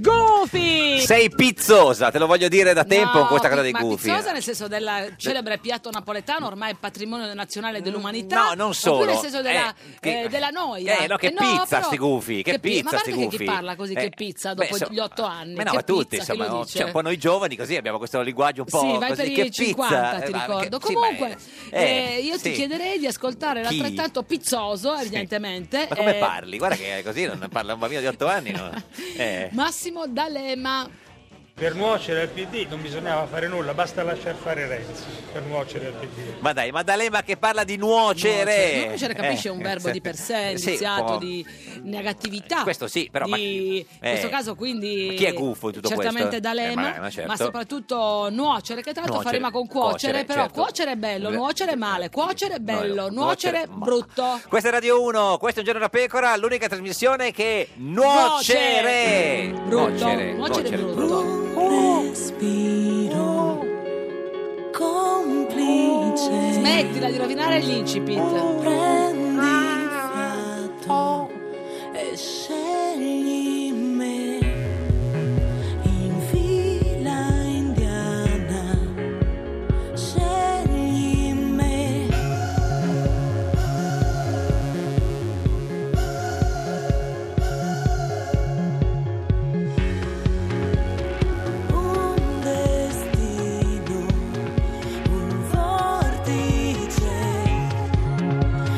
Goofy! Sei pizzosa, te lo voglio dire da tempo con questa cosa dei ma gufi. eh. pizzosa nel senso del celebre piatto napoletano, ormai patrimonio nazionale dell'umanità. no, non Oppure solo. nel senso della, Eh, che- eh, della noia. Eh, no, che pizza però- sti gufi, che pi- pizza Ma a sti parte che gufi. chi parla così, Eh, che pizza, beh, dopo insomma, gli otto anni? Ma no, che ma pizza, tutti, chi insomma, lo no? dice? Cioè, un po' noi giovani così abbiamo questo linguaggio un po' sì, vai per così, che i pizza, 50, eh, ti ma- ricordo. che- sì, ma- Comunque, eh, eh, io sì. ti chiederei di ascoltare Chi? l'altrettanto pizzoso, evidentemente. Ma come eh, parli? Guarda che così non parla un bambino di 8 anni. No? Eh. Massimo D'Alema. Per nuocere al PD non bisognava fare nulla, basta lasciar fare Renzi per nuocere al PD. Ma dai, ma D'Alema che parla di nuocere. certo. Non ce ne capisce Eh, un verbo sì. Eh, di per sé, Sì, iniziato un po'. Ah, di negatività. Questo sì, però, ma Di... chi- In questo eh, caso quindi... ma chi è gufo in tutto certamente questo? D'Alema, Eh, ma- ma certo. soprattutto nuocere, che tra l'altro fa Nuocere, rima con cuocere, cuocere, però certo. cuocere è bello, Beh, eh, nuocere è male, cuocere è bello, no, nuocere nuocere è è brutto. Questa è Radio 1, questo è un giorno da pecora, l'unica trasmissione che nuocere. Brutto, nuocere è brutto. respiro complice. Smettila di rovinare l'incipit. Prendi fiato e scegli me in fila indiana. Scegli me. Un destino,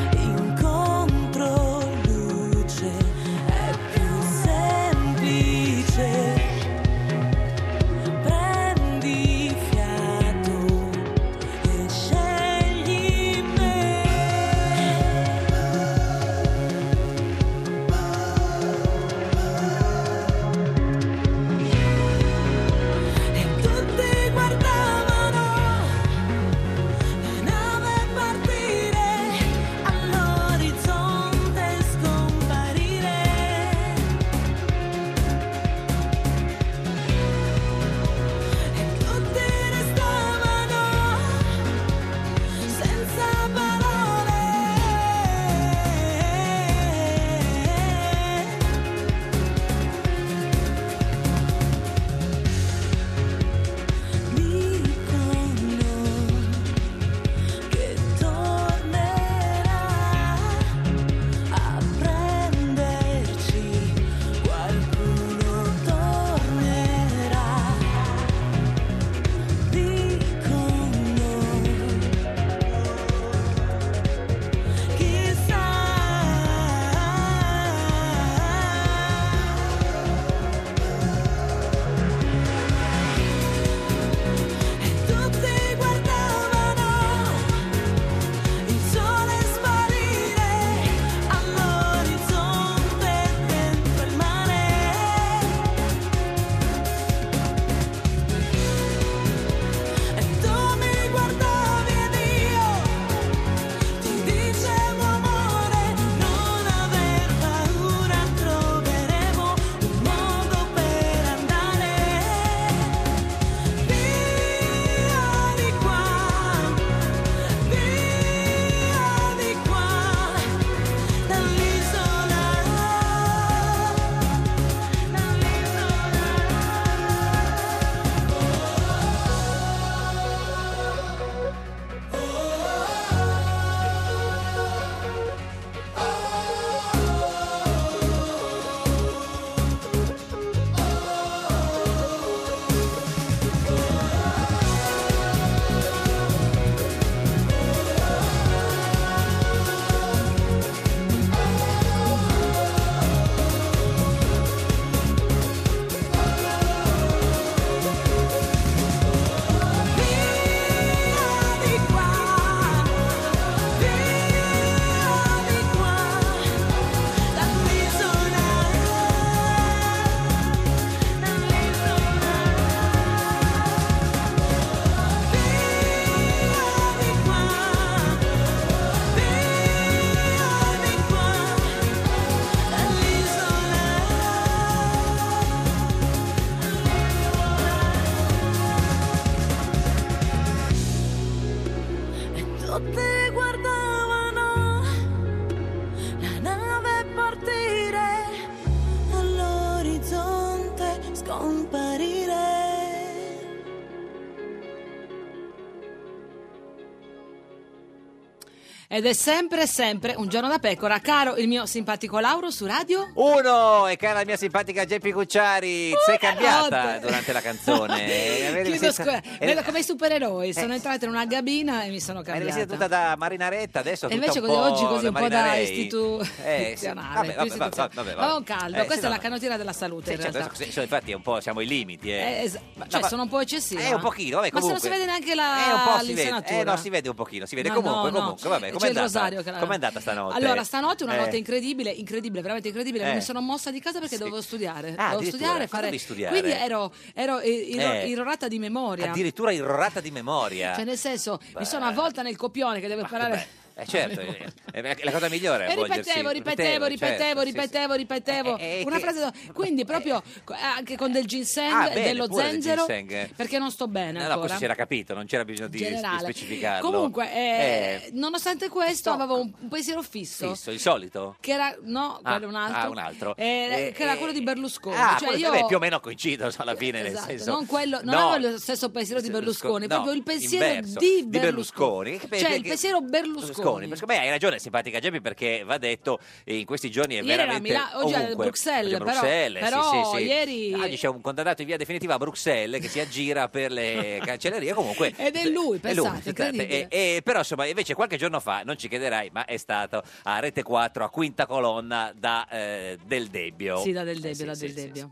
un vortice. Ed è sempre, sempre un giorno da pecora. Caro il mio simpatico Lauro su Oh, radio. Uno, e cara mia simpatica Geppi Cucciari, sei cambiata notte. durante la canzone. Eh, avevi Chiedo vestita- scusa, eh, vedo come i supereroi. Sono entrata in una gabina e mi sono eri vestita cambiata. tutta da marinaretta, adesso E tutta invece un così, po' oggi così un po' da marinarei. Eh, sì. istituzionale. Vabbè, vabbè, più vabbè, istituzionale. vabbè, vabbè. Ma con calma, Eh, sì, questa è no, la no. canottiera della salute Sì, in certo, realtà. adesso- sì, infatti è un po', siamo ai limiti. Eh. Eh, es- No, cioè, ma- sono un po' eccessiva. Eh, un pochino, vabbè, Ma se non si comunque. vede neanche Eh, un po' la si vede. l'insenatura. Eh, no, si vede un pochino, si vede. No, comunque, no, no. comunque, vabbè, C'è com'è il rosario che andata? la- Com'è andata stanotte? Allora, stanotte una Eh. notte incredibile, incredibile, veramente incredibile. Non Eh. mi sono mossa di casa perché dovevo studiare. Ah, dovevo addirittura. studiare, Cosa fare. devi studiare? Quindi ero, ero eh, iro- Eh. irrorata di memoria. Addirittura irrorata di memoria. Cioè, nel senso, mi sono avvolta nel copione che devo imparare. Eh, certo, eh, è la cosa migliore. E è avvolgersi- ripetevo, ripetevo, ripetevo, certo, sì, sì. ripetevo, ripetevo. Eh, eh, Una che- frase. do- Quindi, proprio co- anche con del ginseng, Ah, bene, dello pure del zenzero, ginseng. perché non sto bene No, no, ancora. questo si era capito, non c'era bisogno di, di generale. specificarlo. Comunque, eh, nonostante questo, no. avevo un, un pensiero eh, fisso. fisso, il solito. Che era, no, Ah, quello un altro. ah, un altro. Eh, Eh, che era eh, quello di Berlusconi. Ah, cioè, quello- io, vabbè, più o meno coincido so, alla fine, nel Esatto, senso. non quello, non no. avevo lo stesso pensiero di Berlusconi, No, proprio il pensiero inverso, di di Berlusconi. Berlusconi. Che- Cioè, il che- pensiero Berlusconi. Berlusconi. Beh, hai ragione, simpatica Geppi, perché va detto, eh, in questi giorni è Ieri era a veramente. Milano, oggi è a ovunque. Bruxelles, Oggi è però- Bruxelles, però sì, sì, sì. ieri- Ah, oggi c'è un condannato in via definitiva a Bruxelles che si aggira per le cancellerie. Comunque. Ed è lui, è lui, pensate, pensate. incredibile. E- e Eh, però, insomma, invece qualche giorno fa, non ci chiederai, ma è stato a Rete 4, a quinta colonna da eh, Del Debbio. Sì, da del Eh, debbio, sì, da sì, del sì, sì. debbio.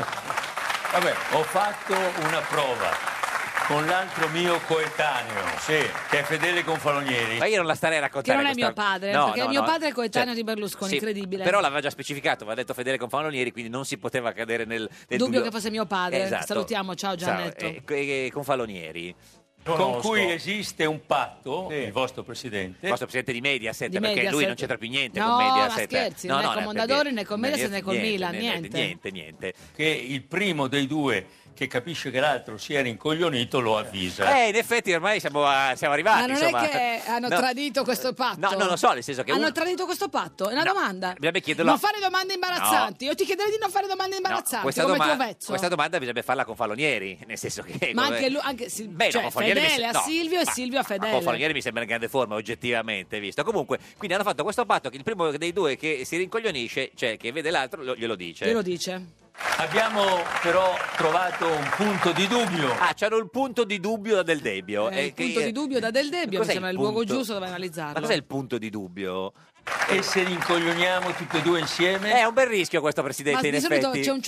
Vabbè, ho fatto una prova con l'altro mio coetaneo, che è Fedele Confalonieri. Ma io non la starei a Che raccontare. non è questa- mio padre, No, perché no, mio no. padre è coetaneo Cioè, di Berlusconi, sì, incredibile. Però l'aveva già specificato, aveva detto Fedele Confalonieri, quindi non si poteva cadere nel, nel Dubbio che fosse mio padre. Esatto. Salutiamo, ciao Giannetto. Ciao, eh, eh, Confalonieri, il Con Conosco. cui esiste un patto, il vostro presidente, vostro presidente di Mediaset, Di perché lui Mediaset. non c'entra più niente No, con Mediaset. eh. ma scherzi, né con per Mondadori, niente. né con Mediaset, né col Milan, niente. Niente, niente. che il primo dei due che capisce che l'altro si è rincoglionito lo avvisa. Eh, in effetti ormai siamo, a- siamo arrivati. Ma non insomma. eh, è che hanno No. tradito questo patto? No, non lo so, nel senso che Hanno uno- tradito questo patto? È una No, domanda. bisogna chiederlo- Non fare domande imbarazzanti. Io ti chiederei di non fare domande No, imbarazzanti, questa, come doma- tuo vezzo. questa domanda bisogna farla con Falonieri, nel senso che... Ma come- anche lui, anche Sil- Beh, no, cioè, con Falonieri mi fedele a se- no, Silvio e ma- Silvio a ma con Fedele. Falonieri mi sembra in grande forma, oggettivamente, visto. Comunque, quindi hanno fatto questo patto che il primo dei due che si rincoglionisce, cioè che vede l'altro, lo- glielo dice. Glielo dice. Abbiamo però trovato un punto di dubbio. Ah, c'hanno il punto di dubbio da del debbio. Eh, eh, il che- punto di dubbio da Del Debbio, mi Cos'è sembra il il luogo punto? giusto dove Ma analizzarlo. cos'è il punto di dubbio? E se rincoglioniamo tutti e due insieme? È un bel rischio questo, Ma Presidente, in di solito effetti. eh, c'è un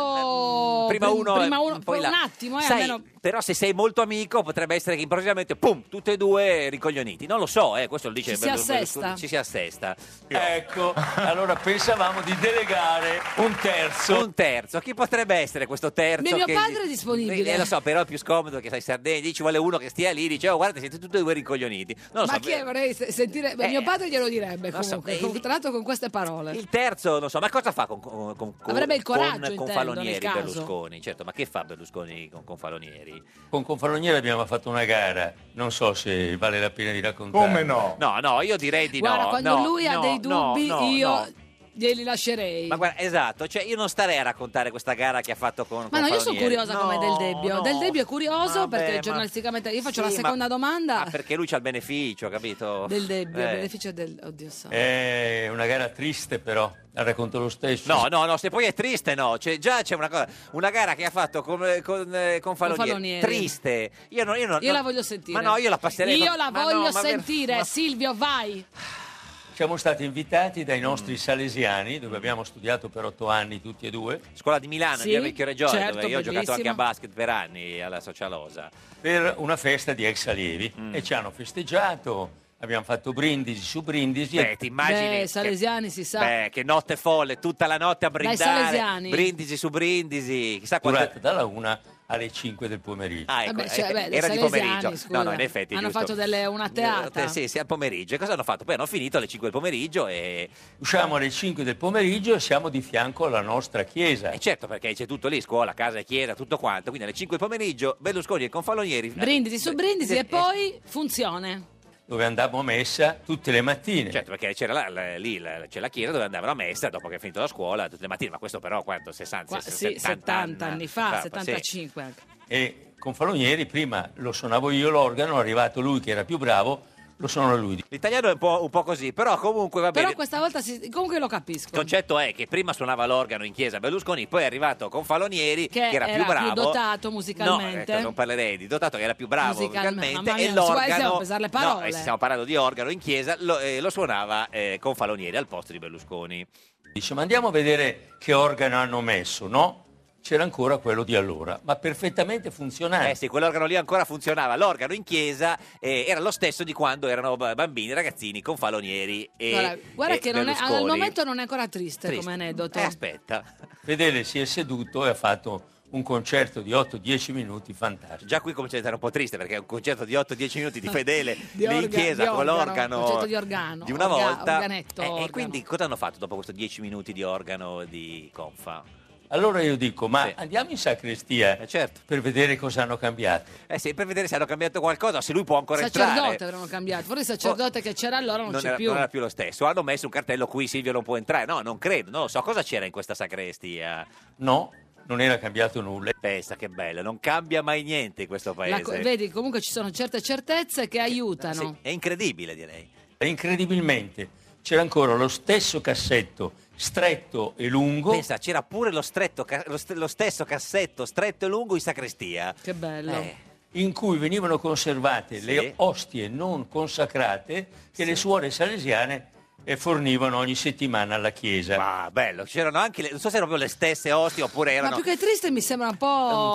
cedimento prima prim- uno, prima uno- poi poi un là. attimo, eh, Sai, almeno- però se sei molto amico potrebbe essere che improvvisamente pum, tutte e due ricoglioniti non lo so eh, questo lo dice Ci si Berlusconi, assesta. ci si assesta Ecco, allora pensavamo di delegare un terzo. un terzo chi potrebbe essere questo terzo Mio- mio che- padre è disponibile. Eh, lo so però è più scomodo che sai Sardegna lì ci vuole uno che stia lì dice oh guarda siete tutti e due ricoglioniti non lo Ma so chi è? eh, Vorrei se- sentire. beh, Eh, mio padre glielo direbbe non so, comunque. eh, con- tra l'altro con queste parole. il terzo non so ma cosa fa con, con, con- Avrebbe il coraggio, con, con intendo, Falonieri nel caso. Berlusconi certo ma che fa Berlusconi con, con Falonieri Con Confaloniere abbiamo fatto una gara, non so se vale la pena di raccontare. Come no? no no io direi di Guarda, no quando no, lui ha no, dei no, dubbi, no, io no. glieli lascerei. Ma guarda, esatto, cioè io non starei a raccontare questa gara che ha fatto con Ma con no, io sono Palonieri. curiosa com'è Del Debbio. no. Del Debbio è curioso Vabbè, perché ma- giornalisticamente io faccio Sì, la seconda ma- domanda ma perché lui c'ha il beneficio, capito? del Debbio, Eh. beneficio del oddio santo. È una gara triste però, la racconto lo stesso. No, no, no, se poi è triste, no. C'è- già c'è una cosa, una gara che ha fatto con, eh, con, eh, con Falonieri. Falonieri. Triste. Io, non- non- Io la non- voglio sentire. Ma no, io la passerei. Io ma- la ma no, voglio ma ver- sentire, ma- Silvio, vai. Siamo stati invitati Mm. dai nostri salesiani, dove abbiamo studiato per otto anni tutti e due, Scuola di Milano, Sì, di Vecchio Reggio, certo, dove io ho giocato bellissimo. anche a basket per anni alla Socialosa. per una festa di ex allievi Mm. e ci hanno festeggiato, abbiamo fatto brindisi su brindisi. Beh, ti immagini Beh, che- Salesiani si sa. Beh, che notte folle, tutta la notte a brindare, salesiani. brindisi su brindisi, chissà quanto durata dalla una alle 5 del pomeriggio. Ah, ecco, Vabbè, cioè, eh, beh, dei era di salesiani, pomeriggio. scusa. No, no, in effetti. è Hanno giusto. fatto delle- una teata. Eh, Sì, sì, al pomeriggio. E cosa hanno fatto? Poi hanno finito alle 5 del pomeriggio e... Usciamo alle 5 del pomeriggio e siamo di fianco alla nostra chiesa. e certo, perché c'è tutto lì, scuola, casa, chiesa, tutto quanto. Quindi alle 5 del pomeriggio Berlusconi e Confalonieri... Brindisi su brindisi e poi funzione. dove andavamo a messa tutte le mattine. Certo, perché c'era la, la- lì la, c'è la chiesa dove andavano a messa dopo che è finito la scuola tutte le mattine, ma questo però quanto? 60, Qua- sì, 70, 70 anni fa, Fa- eh, sì. 75 anche. E con Falonieri prima lo suonavo io l'organo, è arrivato lui che era più bravo, Lo sono lui. L'italiano è un po', un po' così, però comunque va bene. Però questa volta si- comunque lo capisco. Il concetto è che prima suonava l'organo in chiesa Berlusconi, poi è arrivato con Falonieri, che, era, più bravo. dotato No, musicalmente. ecco, non parlerei di dotato che era più bravo Musicalmente, musicalmente mamma e mia, su- stiamo l'organo a pesare le No, parole. eh, stiamo parlando di organo in chiesa, lo, eh, lo suonava eh, con Falonieri al posto di Berlusconi. Dice, ma andiamo a vedere che organo hanno messo, no? C'era ancora quello di allora, ma perfettamente funzionante. Eh sì, quell'organo lì ancora funzionava, l'organo in chiesa eh, era lo stesso di quando erano b- bambini, ragazzini con Falonieri e Guarda, guarda e che non è- al Berlusconi. momento non è ancora triste, Triste. come aneddoto. Eh, aspetta. Fedele si è seduto e ha fatto un concerto di 8-10 minuti fantastico. Già qui comincia a diventare un po' triste perché è un concerto di 8-10 minuti di Fedele Di lì in orga- chiesa di con organo, l'organo concetto di organo, di una orga- volta. organetto, Eh, organo. e quindi cosa hanno fatto dopo questi 10 minuti di organo di Confa? certo. Allora io dico, ma andiamo in sacrestia per vedere cosa hanno cambiato. Eh sì, per vedere se hanno cambiato qualcosa, o se lui può ancora entrare. Oh, sacerdote avevano cambiato, forse il sacerdote che c'era allora non, non c'è era, più. non era più lo stesso. Hanno messo un cartello qui Silvio non può entrare. No, non credo, non lo so. Cosa c'era in questa sacrestia? No, non era cambiato nulla. Pensa che bello, non cambia mai niente in questo La co- paese. vedi, comunque ci sono certe certezze che aiutano. Sì, è incredibile, direi. E incredibilmente c'era ancora lo stesso cassetto stretto e lungo. Pensa, c'era pure lo, stretto ca- lo st- lo stesso cassetto stretto e lungo in sacrestia. Che bello. Eh, in cui venivano conservate le ostie non consacrate che le suore salesiane eh, fornivano ogni settimana alla Chiesa. Ah, bello, c'erano anche, le- non so se erano proprio le stesse osti oppure Ma erano... più che triste mi sembra un po'.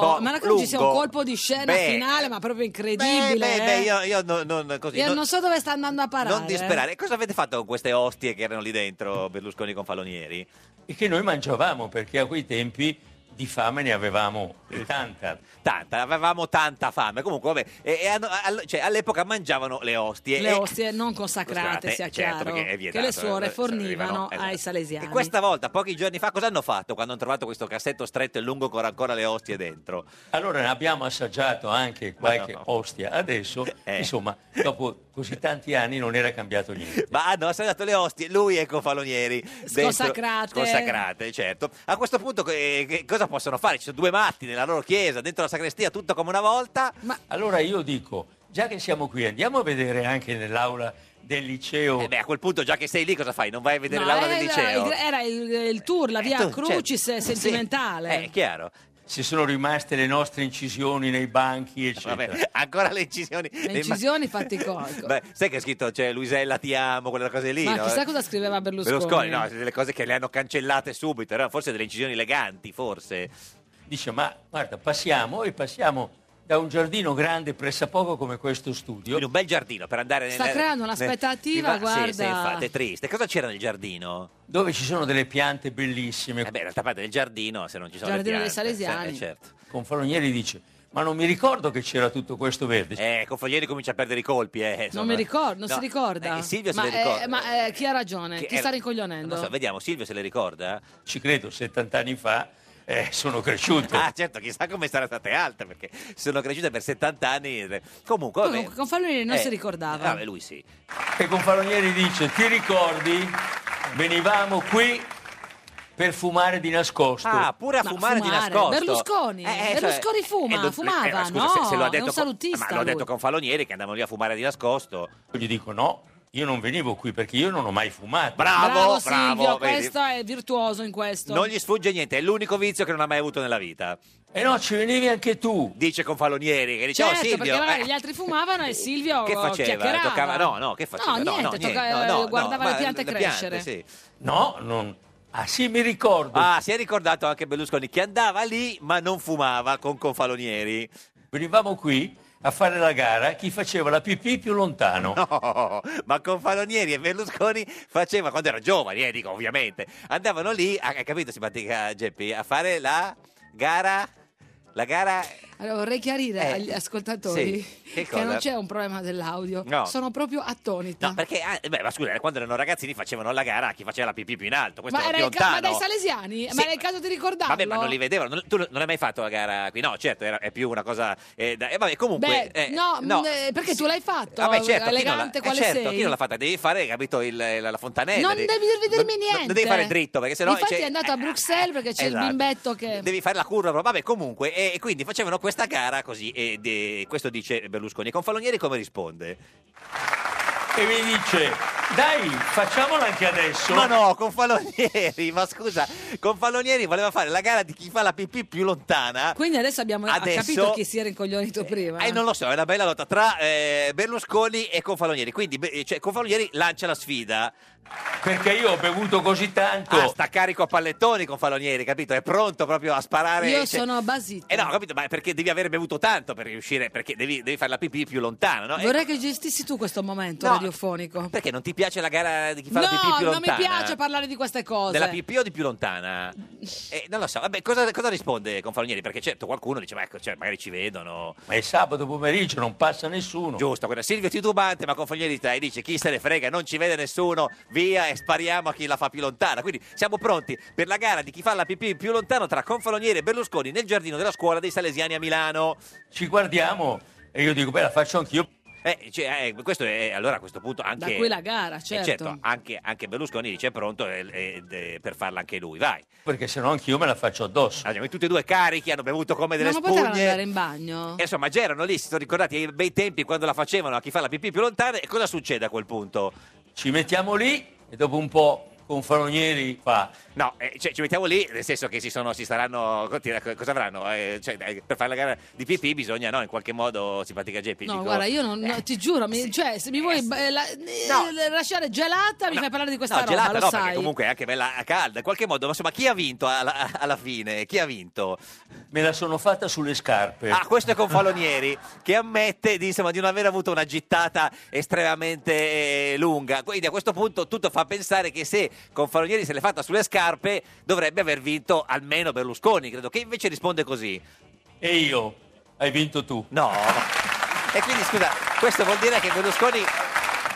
po' ma non credo ci sia un lungo. colpo di scena Beh. finale, ma proprio incredibile. Beh, beh, eh. beh, io, io no- non, così, Io non- non so eh. dove sta andando a parare. non disperare. Cosa avete fatto con queste ostie che erano lì dentro, Berlusconi con Falonieri? E che noi mangiavamo perché a quei tempi di fame ne avevamo tanta. Tanta, avevamo tanta fame. Comunque, vabbè, e- e hanno- all- cioè, all'epoca mangiavano le ostie. eh. Le e- ostie non consacrate, Scusate, sia Eh, certo, chiaro, perché è che vietato, le eh, suore se fornivano arrivano, esatto. ai salesiani. E questa volta, pochi giorni fa, cosa hanno fatto quando hanno trovato questo cassetto stretto e lungo con ancora le ostie dentro? Allora ne abbiamo assaggiato anche qualche Ah, ostia adesso, Eh. insomma, dopo così tanti anni non era cambiato niente. Ma hanno assaggiato le ostie, lui e Confalonieri. dentro- Sconsacrate. Sconsacrate, certo. A questo punto eh, che cosa possono fare? Ci sono due matti nella loro chiesa, dentro la sacrestia, tutto come una volta. Ma Allora io dico, già che siamo qui, andiamo a vedere anche nell'aula del liceo. Eh beh, a quel punto, già che sei lì, cosa fai? Non vai a vedere No, l'aula era, del liceo? Eh, certo. era il, il tour, la via tu- Crucis sentimentale. È chiaro. Se sono rimaste le nostre incisioni nei banchi, eccetera. Eh, Vabbè, ancora le incisioni. Le incisioni fatti corto. Beh, sai che è scritto, cioè, Luisella ti amo, quelle cose lì. Ma no? eh? chissà cosa scriveva Berlusconi. Berlusconi, no, delle cose che le hanno cancellate subito, erano forse delle incisioni eleganti, forse. Dice, ma guarda, passiamo e passiamo da un giardino grande pressappoco come questo studio. In un bel giardino per andare Sta creando un'aspettativa, eh, Sì, guarda. Sì, infatti, è triste. Cosa c'era nel giardino? Dove ci sono delle piante bellissime. Eh beh, d'altra parte del giardino, se non ci sono Giardino le dei piante. Salesiani. Eh, certo. Confalonieri dice, ma non mi ricordo che c'era tutto questo verde. Eh, Confoglieri comincia a perdere i colpi, eh. Non insomma. mi ricordo, non No, si ricorda. eh, Silvio se ma, le ricorda. eh, ma, eh, chi ha ragione? Che chi era- sta Non rincoglionendo? lo so, vediamo, Silvio se le ricorda? Ci credo, 70 anni fa eh, sono cresciuto. Ah, certo, chissà come saranno state altre, perché sono cresciute per 70 anni. Comunque, vabbè. Comunque, con Falloni non Eh, si ricordava. Vabbè, lui sì. E Confalonieri dice, ti ricordi? Venivamo qui per fumare di nascosto. Ah, pure a Ma fumare, di nascosto. Berlusconi, Eh, eh, Berlusconi cioè, fuma, eh, lo- fumava, eh, ma scusa, no? se- se lo ha è detto un con- salutista. Ma l'ho detto lui. con Falonieri che andavano lì a fumare di nascosto. Io gli dico, no, io non venivo qui perché io non ho mai fumato. Bravo, bravo. Silvio, vedi? questo è virtuoso in questo. Non gli sfugge niente, è l'unico vizio che non ha mai avuto nella vita. E Eh no, ci venivi anche tu. Dice con Falonieri che dice, certo, "Oh, perché Silvio, magari eh, gli altri fumavano e Silvio che faceva? Oh, chiacchierava. Toccava, no, no, che faceva? No, niente, tocca- guardava ma le piante crescere. sì. No, non... Ah sì, mi ricordo. Ah, si è ricordato anche Berlusconi che andava lì ma non fumava con Confalonieri. Venivamo qui a fare la gara chi faceva la pipì più lontano. No, ma Confalonieri e Berlusconi faceva quando era giovani, eh, dico ovviamente. Andavano lì, ah, hai capito simpatica Geppi, a fare la gara la gara Allora vorrei chiarire Eh, agli ascoltatori sì, che che, cosa? non c'è un problema dell'audio, No. sono proprio attonita. No, perché ah, beh, ma scusa, quando erano ragazzini facevano la gara a chi faceva la pipì più in alto, questo ma, era era più il ca- ma lontano. dai salesiani? ma era il caso di ricordarlo? Vabbè, ma non li vedevano. Non- Tu non hai mai fatto la gara qui? No, certo, era- è più una cosa. Eh, da- eh, vabbè, comunque. Beh, eh, no, mh, eh, perché tu l'hai fatto, Vabbè, certo, chi non l'ha- elegante eh, quale certo, sei. chi non l'ha fatta? Devi fare, capito, il- la, la fontanella. non devi- devi vedermi niente. non devi fare dritto, perché sennò Infatti c'è- è andato a Bruxelles perché c'è Esatto. il bimbetto che... Devi fare la curva, però vabbè, comunque. E e quindi facevano questa gara così. E de- questo dice Berlusconi. E Confalonieri come risponde? e mi dice, dai, facciamola anche adesso. Ma no, con Falonieri, ma scusa, con Falonieri voleva fare la gara di chi fa la pipì più lontana. Quindi adesso abbiamo ha Adesso- capito chi si era incoglionito prima. Eh, non lo so, è una bella lotta tra eh, Berlusconi e Confalonieri. Quindi be- cioè, Confalonieri lancia la sfida. Perché io ho bevuto così tanto. Ah, sta carico a pallettoni Confalonieri, capito? È pronto proprio a sparare. Io cioè- sono basita. Eh no, capito, ma perché devi aver bevuto tanto per riuscire, perché devi, devi fare la pipì più lontana, no? E- Vorrei che gestissi tu questo momento eh, No. radiofonico. perché non ti piace la gara di chi fa No, la pipì più non lontana? mi piace parlare di queste cose. Della pipì o di più lontana? Eh, non lo so, vabbè, cosa, cosa risponde Confalonieri? Perché certo qualcuno dice, ma ecco, cioè, magari ci vedono. Ma è sabato pomeriggio, non passa nessuno. Giusto, quella Silvio titubante, ma Confalonieri tra- e dice, chi se ne frega, non ci vede nessuno, via e spariamo a chi la fa più lontana. Quindi siamo pronti per la gara di chi fa la pipì più lontano tra Confalonieri e Berlusconi nel giardino della scuola dei Salesiani a Milano. Ci guardiamo e io dico, beh, la faccio anch'io. Eh, cioè, eh, questo è, allora a questo punto anche... Da qui la gara, Eh, certo. anche, anche Berlusconi dice è pronto eh, eh, eh, per farla anche lui, vai. Perché se no anch'io me la faccio addosso. Abbiamo tutti e due carichi, hanno bevuto come delle non potevano andare spugne. in bagno? E insomma, c'erano lì, si sono ricordati i bei tempi quando la facevano a chi fa la pipì più lontana e cosa succede a quel punto? Ci mettiamo lì e dopo un po' con Falonieri fa. No, eh, cioè, ci mettiamo lì, nel senso che si, sono, si staranno, continua- co- cosa avranno? Eh, cioè, eh, per fare la gara di pipì bisogna, no, in qualche modo, simpatica Geppi, No, dico- guarda, io non, Eh, no, ti giuro, mi- cioè, se mi vuoi eh, la- eh, lasciare gelata, mi fai parlare di questa No, roba, gelata lo no, perché sai. comunque è anche bella calda, in qualche modo, ma insomma, chi ha vinto alla, alla fine? Chi ha vinto? Me la sono fatta sulle scarpe. Ah, questo è Confalonieri che ammette di, insomma, di non aver avuto una gittata estremamente eh, lunga. Quindi a questo punto tutto fa pensare che se Confalonieri se l'è fatta sulle scarpe dovrebbe aver vinto almeno Berlusconi, credo che invece risponde così. E io, hai vinto tu. No. E quindi scusa, questo vuol dire che Berlusconi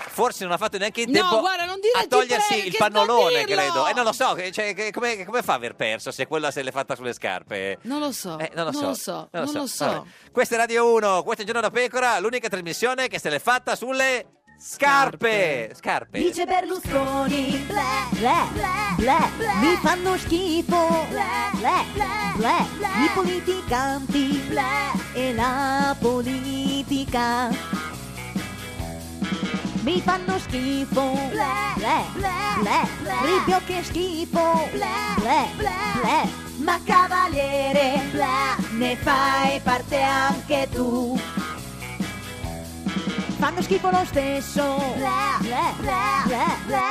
forse non ha fatto neanche in No, tempo guarda, non dire, a ti togliersi prego, il che pannolone, non dirlo! credo. E non lo so, che- cioè, che- come, come fa a aver perso se quella se l'è fatta sulle scarpe? Non lo so, Eh, non lo so, non lo so. Vabbè. Questa è Radio 1, questo è Giorno da Pecora, l'unica trasmissione che se l'è fatta sulle scarpe. Scarpe. Dice Berlusconi, ble, ble, ble, mi fanno schifo, ble, ble, ble, i politicanti, ble, e la politica. Mi fanno schifo, ble, ble, ble, Ribio che schifo, ble, ble, ble, ma cavaliere, ble, ne fai parte anche tu fanno schifo lo stesso. Bleh, bleh, bleh, bleh,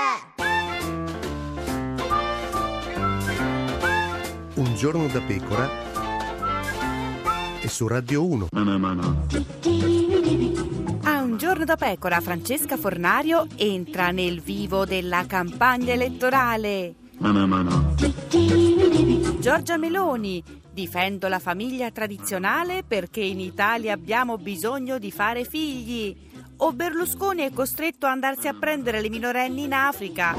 bleh. Un giorno da pecora e su Radio 1. A un giorno da pecora Francesca Fornario entra nel vivo della campagna elettorale. Giorgia Meloni, difendo la famiglia tradizionale perché in Italia abbiamo bisogno di fare figli. O Berlusconi è costretto a andarsi a prendere le minorenni in Africa.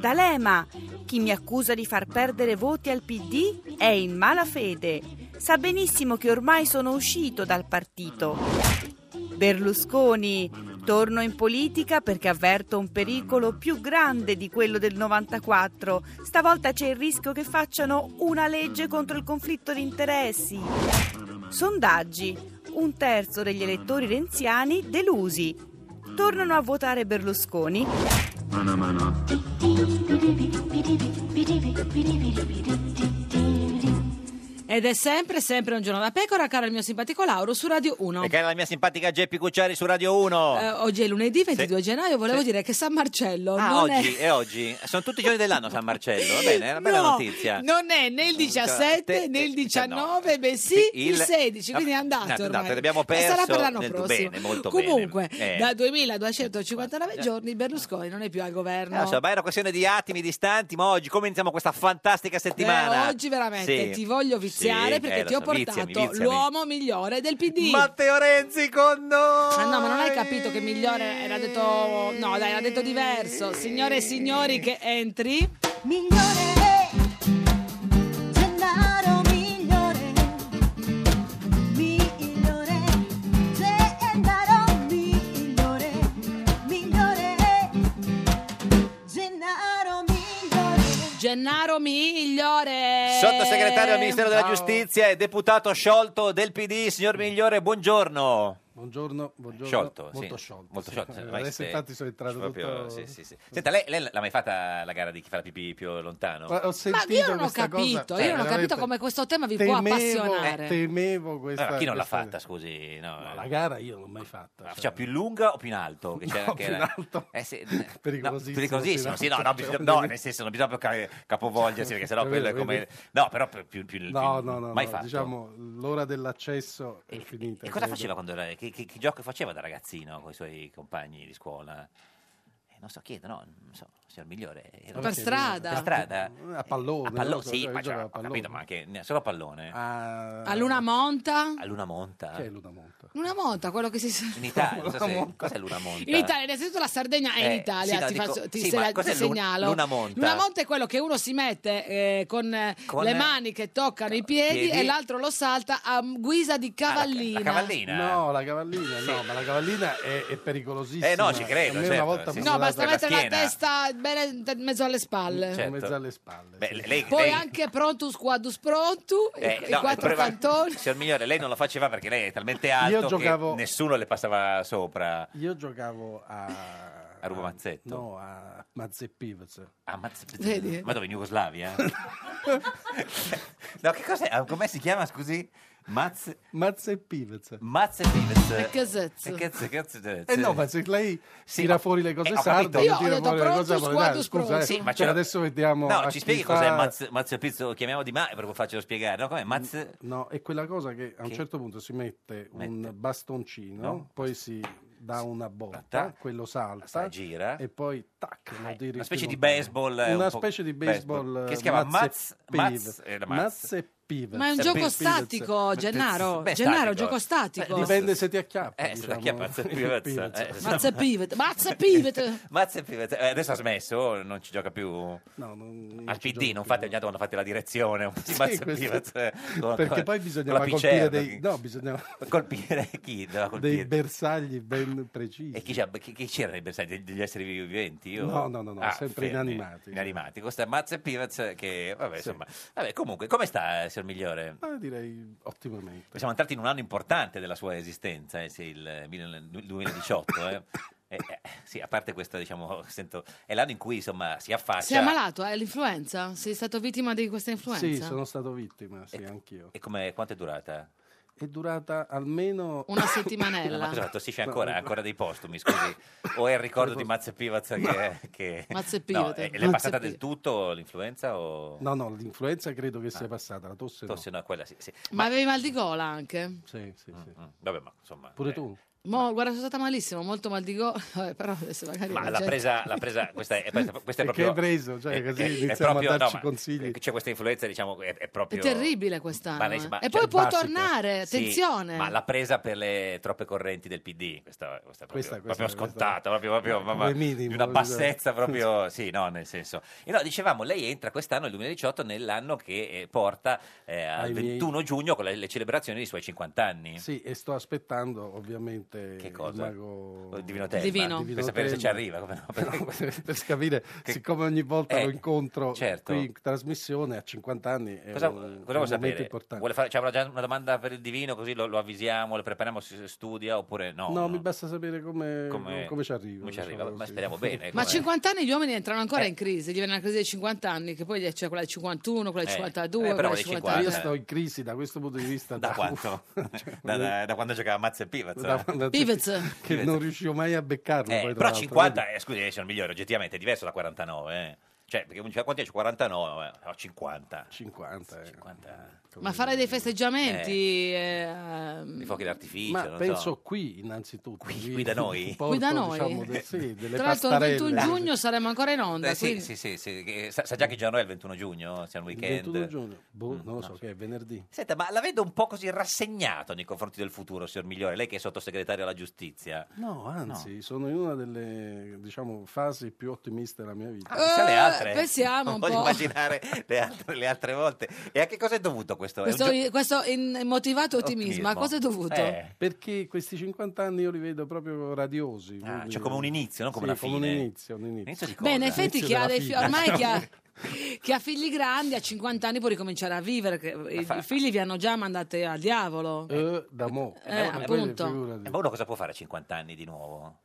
D'Alema, chi mi accusa di far perdere voti al PD è in malafede. Sa benissimo che ormai sono uscito dal partito. Berlusconi, torno in politica perché avverto un pericolo più grande di quello del 94. Stavolta c'è il rischio che facciano una legge contro il conflitto di interessi. Sondaggi. Un terzo degli elettori renziani delusi. Tornano a votare Berlusconi. Ed è sempre, sempre un giorno da pecora, caro il mio simpatico Lauro, su Radio 1. E cara la mia simpatica Geppi Cucciari su Radio 1. Eh, oggi è lunedì 22 gennaio, volevo dire che San Marcello Ah, non oggi, è... è oggi. Sono tutti i giorni dell'anno San Marcello, va bene? È una bella No, notizia. Non è né il 17 né il 19, bensì il 16, quindi è No, andato no, ormai. l'abbiamo E sarà per perso l'anno nel- prossimo. bene, molto bene. Comunque, Eh. da 2259 giorni Berlusconi non è più al Eh, governo. lo so, ma è una questione di attimi distanti, ma oggi come iniziamo questa fantastica settimana? Eh, oggi veramente Sì. ti voglio viziare Sì, perché eh, lo ti ho so, portato viziami, viziami. l'uomo migliore del PD. Matteo Renzi con noi! Ma no, ma non hai capito che migliore era detto. No, dai, era detto diverso. Signore e signori, che entri. Migliore è Gennaro migliore Migliore Gennaro migliore Migliore è Gennaro migliore Gennaro migliore. Sottosegretario al Ministero della Ciao. Giustizia e deputato sciolto del PD, signor Migliore, buongiorno. Buongiorno, buongiorno. Sciolto, molto sì. sciolto. Molto sì. sciolto. Eh, ormai Adesso siete- infatti sono entrato proprio- tutto... sì, sì, sì. Senta, lei, lei l'ha mai fatta la gara di chi fa la pipì più lontano? Ma ho Ma sentito io non ho questa cosa, capito, Eh, io non ho veramente. capito come questo tema vi può Temevo- eh, appassionare. Temevo questa... Allora, chi non l'ha questa- fatta, scusi? No, eh. La gara io non l'ho mai fatta. Ma Cioè, più lunga o più in alto? Che c'era No, che più in era- alto. Eh, sì, Pericolosissimo. pericolosissimo, sì, no, no, bisogna- no, nel senso non bisogna proprio ca- capovolgersi perché sennò È quello vero, è come... vedi? No, però più... più, più- No, più- no, no, mai no, fatto. diciamo l'ora dell'accesso è finita. E cosa credo. faceva quando era... Che, che- che gioco faceva da ragazzino con i suoi compagni di scuola? Eh, non so, chiedo, no, non so, signor Migliore. eh, Per non- strada. Per strada. A pallone. A pallone, non so, sì, cioè, ma cioè, giocava ho capito, ma anche ne- solo a pallone. A, A Luna Monta? a Luna Monta. Che è Luna Monta? Luna Monta, quello che si sa. In Italia, non so se- cos'è Luna Monta? In Italia, innanzitutto la Sardegna è Eh, in Italia, sì, no, ti, dico- faccio- ti sì, se- ma ti cos'è lu- segnalo. Luna Monta? Luna Monta è quello che uno si mette eh, con, eh, Con- le mani che toccano i piedi, Piedi. Ah, e l'altro lo salta a guisa di cavallina. No, la cavallina, no, ma la cavallina è, è pericolosissima. Eh, no, ci credo, A me certo, una volta mi sì, sì. sono No, basta data- mettere la, testa bene in mezzo alle spalle. Cioè, in mezzo Certo. alle spalle. Beh, lei, Poi lei- anche prontus quadus prontu, i- eh, i, no, il quattro problema- cantoni. Signor Migliore, lei non lo faceva perché lei è talmente alto Io giocavo- che nessuno le passava sopra Io giocavo a a Ruba Mazzetto. no, a Mazepivez. Certo. Ah, Mazz- Vedi? Ma dove in Jugoslavia? no, che cos'è? Ah, Come si chiama, scusi? Mazz... Mazepivez. Mazepivez. E cazzetzo. E cazzo, cazzo. Eh no, ma se lei Sì, tira ma- fuori le cose eh, ho sarde, capito. io Io ho tira detto fuori le cose prontus, napoletane. quadus, Scusa, eh, prontus. Sì, ma cioè, c'era- adesso vediamo No, a ci chi spieghi fa- cos'è Mazz- Mazio Pizzo? Chiamiamo di eh, ma per farcelo spiegare, no? Come Mazz... No, è quella cosa che a un Che? certo punto si mette un bastoncino, No. poi si dà una botta, Ta- quello salta, gira. e poi tac, lo tiri Una più specie di lontano. baseball. eh, un Una po' specie di baseball, Che eh, si chiama Mazz... mazze Mazz... piv. eh, la Cioè, Mazz e piv. Ma è un Eh, gioco piv- statico, piv- Gennaro. Beh, Gennaro, statico. gioco statico. Dipende se ti diciamo. acchiappa. Eh, se ti acchiappa, mazze e piv, eh, se- Mazza pivet, mazza pivet. Mazza e Pivet. Eh, adesso ha smesso, non ci gioca più. No, non- non Al ci PD non fate ogni tanto quando fate la direzione. Un po' di Sì, Mazza e questo- Pivet, eh, con- Perché con- poi bisognava con la colpire picerna, dei, no, bisognava chi- colpire chi? Doveva colpire. dei bersagli ben precisi. E chi, c'è- chi- chi c'era nei bersagli? Degli- Degli esseri viventi? Io- Ah, No, no, no, no, sempre inanimati. Inanimati. Questa Mazza e Pivet che, vabbè, insomma. Vabbè, comunque, come sta, eh, signor Migliore? Ma direi ottimamente. Siamo entrati in un anno importante della sua esistenza, eh, sì, il 1000 2018. eh. Eh, eh, sì, a parte questo, diciamo, sento, è l'anno in cui insomma si affaccia. Sei ammalato, è l'influenza? Sei stato vittima di questa influenza? Sì, sono stato vittima, sì, anch'io. E come, quanto è durata? È durata almeno Una Ma settimanella. cosa tossisce ancora? ancora dei postumi, scusi. O è il ricordo di Mazza Pivaz che... che... Mazza e No, Pivot. eh, le è passata del tutto l'influenza o... Ah. No, no, l'influenza credo che sia passata, la tosse no. Tosse no, quella sì. sì. Ma avevi mal di gola anche? Sì, sì, sì. Vabbè, ma insomma... Pure eh, tu? Mo, guarda, sono stata malissimo, molto mal di gola. Vabbè, però adesso magari. Ma la l'ha gente- presa, l'ha presa questa è, questa, questa è E che proprio... hai preso? Cioè, è- così è- è iniziamo a darci ma- consigli. C'è questa influenza, diciamo, è, è È proprio... terribile quest'anno. Ma lei- eh. ma- e cioè, poi può basico. tornare, Sì, attenzione. ma l'ha presa per le troppe correnti del PD. Questa, questa è proprio, Questa- questa- Eh, proprio scontata, proprio, proprio Come mamma, minimo, di una bisogna- bassezza proprio. Sì, no, nel senso. E no, dicevamo, lei entra quest'anno, il 2018, nell'anno che eh, porta eh, al Ai miei- 21 giugno con le, le celebrazioni dei suoi 50 anni. Sì, e sto aspettando ovviamente eh. Che cosa? il mago O Divino Telma. Per sapere se ci arriva. come no. No, per, per capire, siccome ogni volta Eh, lo incontro certo. qui in trasmissione a 50 anni è Cosa, un, cosa un vuole momento sapere? importante. Vuole fare, cioè, c'è una, già una domanda per il divino così lo, lo avvisiamo, le prepariamo, si si studia oppure no? No, mi basta sapere come, Come- come ci arrivo. come ci diciamo arriva, ma così. speriamo bene. Ma a come- 50 anni gli uomini entrano Eh. ancora in crisi, gli viene la crisi dei 50 anni, che poi c'è quella dei 51, quella dei Eh, 52, eh, però quella dei dei 53. Io sto in crisi da questo punto di vista Da quanto? da, da- da quando giocava Mazza e Pivaz? da- da- Pivez. che non riuscivo mai a beccarlo. Eh, poi, tra però l'altro, 50, eh, scusi, sono migliore, oggettivamente è diverso da 49. eh. Cioè, perché uno dice quanti anni? 49, eh, no, 50. 50. 50. Ma fare dei festeggiamenti. I ehm, Eh. Mm. fuochi quindi- d'artificio, Ma non penso so. qui innanzitutto. Qui, qui da noi? porto, Qui da noi? diciamo, de- sì, delle Tra l'altro, il 21 pastarelle. giugno saremo ancora in onda. Eh, sì, quindi- sì, sì, sì, che- Sa, sa già che giorno è il 21 giugno? Siamo un Il weekend. Mm, 21 giugno, boh, non lo so, che è venerdì. Senta, ma la vedo un po' così rassegnato nei confronti del futuro, signor Migliore. Lei che è sottosegretario alla giustizia. No, anzi, sono in una delle diciamo, fasi più ottimiste della mia vita. Ah, mi sale alto immaginare. eh. Pensiamo un non voglio po'. immaginare le altre, le altre volte. E a che cosa è dovuto questo? È un Questo, gio- questo in- motivato ottimismo, a cosa è dovuto? Eh. Perché questi 50 anni io li vedo proprio radiosi. Ah, quindi- cioè come un inizio, non come Sì, una come un fine. inizio, un inizio. Inizio di Beh, in effetti chi ha dei fi- figli ormai chi ha, chi ha figli grandi a 50 anni può ricominciare a vivere, che Eh, i i figli vi hanno già mandate al diavolo. da mo. Eh, appunto. Eh, Ma uno cosa può fare a 50 anni di nuovo?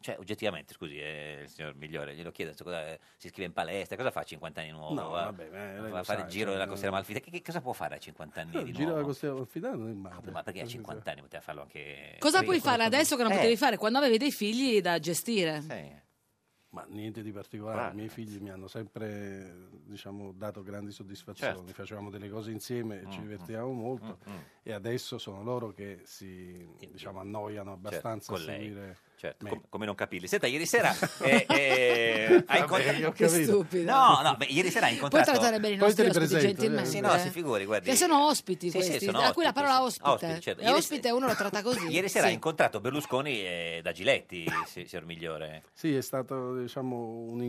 Cioè, oggettivamente, scusi, eh, il signor Migliore, glielo chiedo, se cosa- eh, si iscrive in palestra, cosa fa a 50 anni di nuovo? No, Va- vabbè, ma lei va lo a sa, fare il giro cioè, della no. costiera malfida, che, che cosa può fare a 50 anni Il di giro nuovo? Ah, della costiera Amalfitana non è male. Ma perché a 50 anni poteva farlo cioè, anche... eh, Cosa prima? puoi fare adesso che non Eh. potevi fare quando avevi dei figli da gestire? Ma niente di particolare, Ah. i miei figli mi hanno sempre diciamo, dato grandi soddisfazioni, Certo. facevamo delle cose insieme, ci Mm, divertivamo molto mm, mm. e adesso sono loro che si diciamo, annoiano Certo, abbastanza con a lei. seguire Certo, me. com- come non capirli. Senta, ieri sera eh, eh, hai Vabbè, incontrato... ho Che capito. stupido. No, no, beh, ieri sera hai Puoi incontrato... trattare bene i Poi nostri te li ospiti presento, gentilmente. Sì, no, eh. si figuri, guardi. Che sono ospiti Sì, sì, questi, sono a cui la ospiti, parola sì. ospite. Ospiti, certo. E Ieri- ospite uno lo tratta così. Ieri sera hai Sì. incontrato Berlusconi eh, da Giletti, si- signor Migliore. Sì, è stato diciamo, un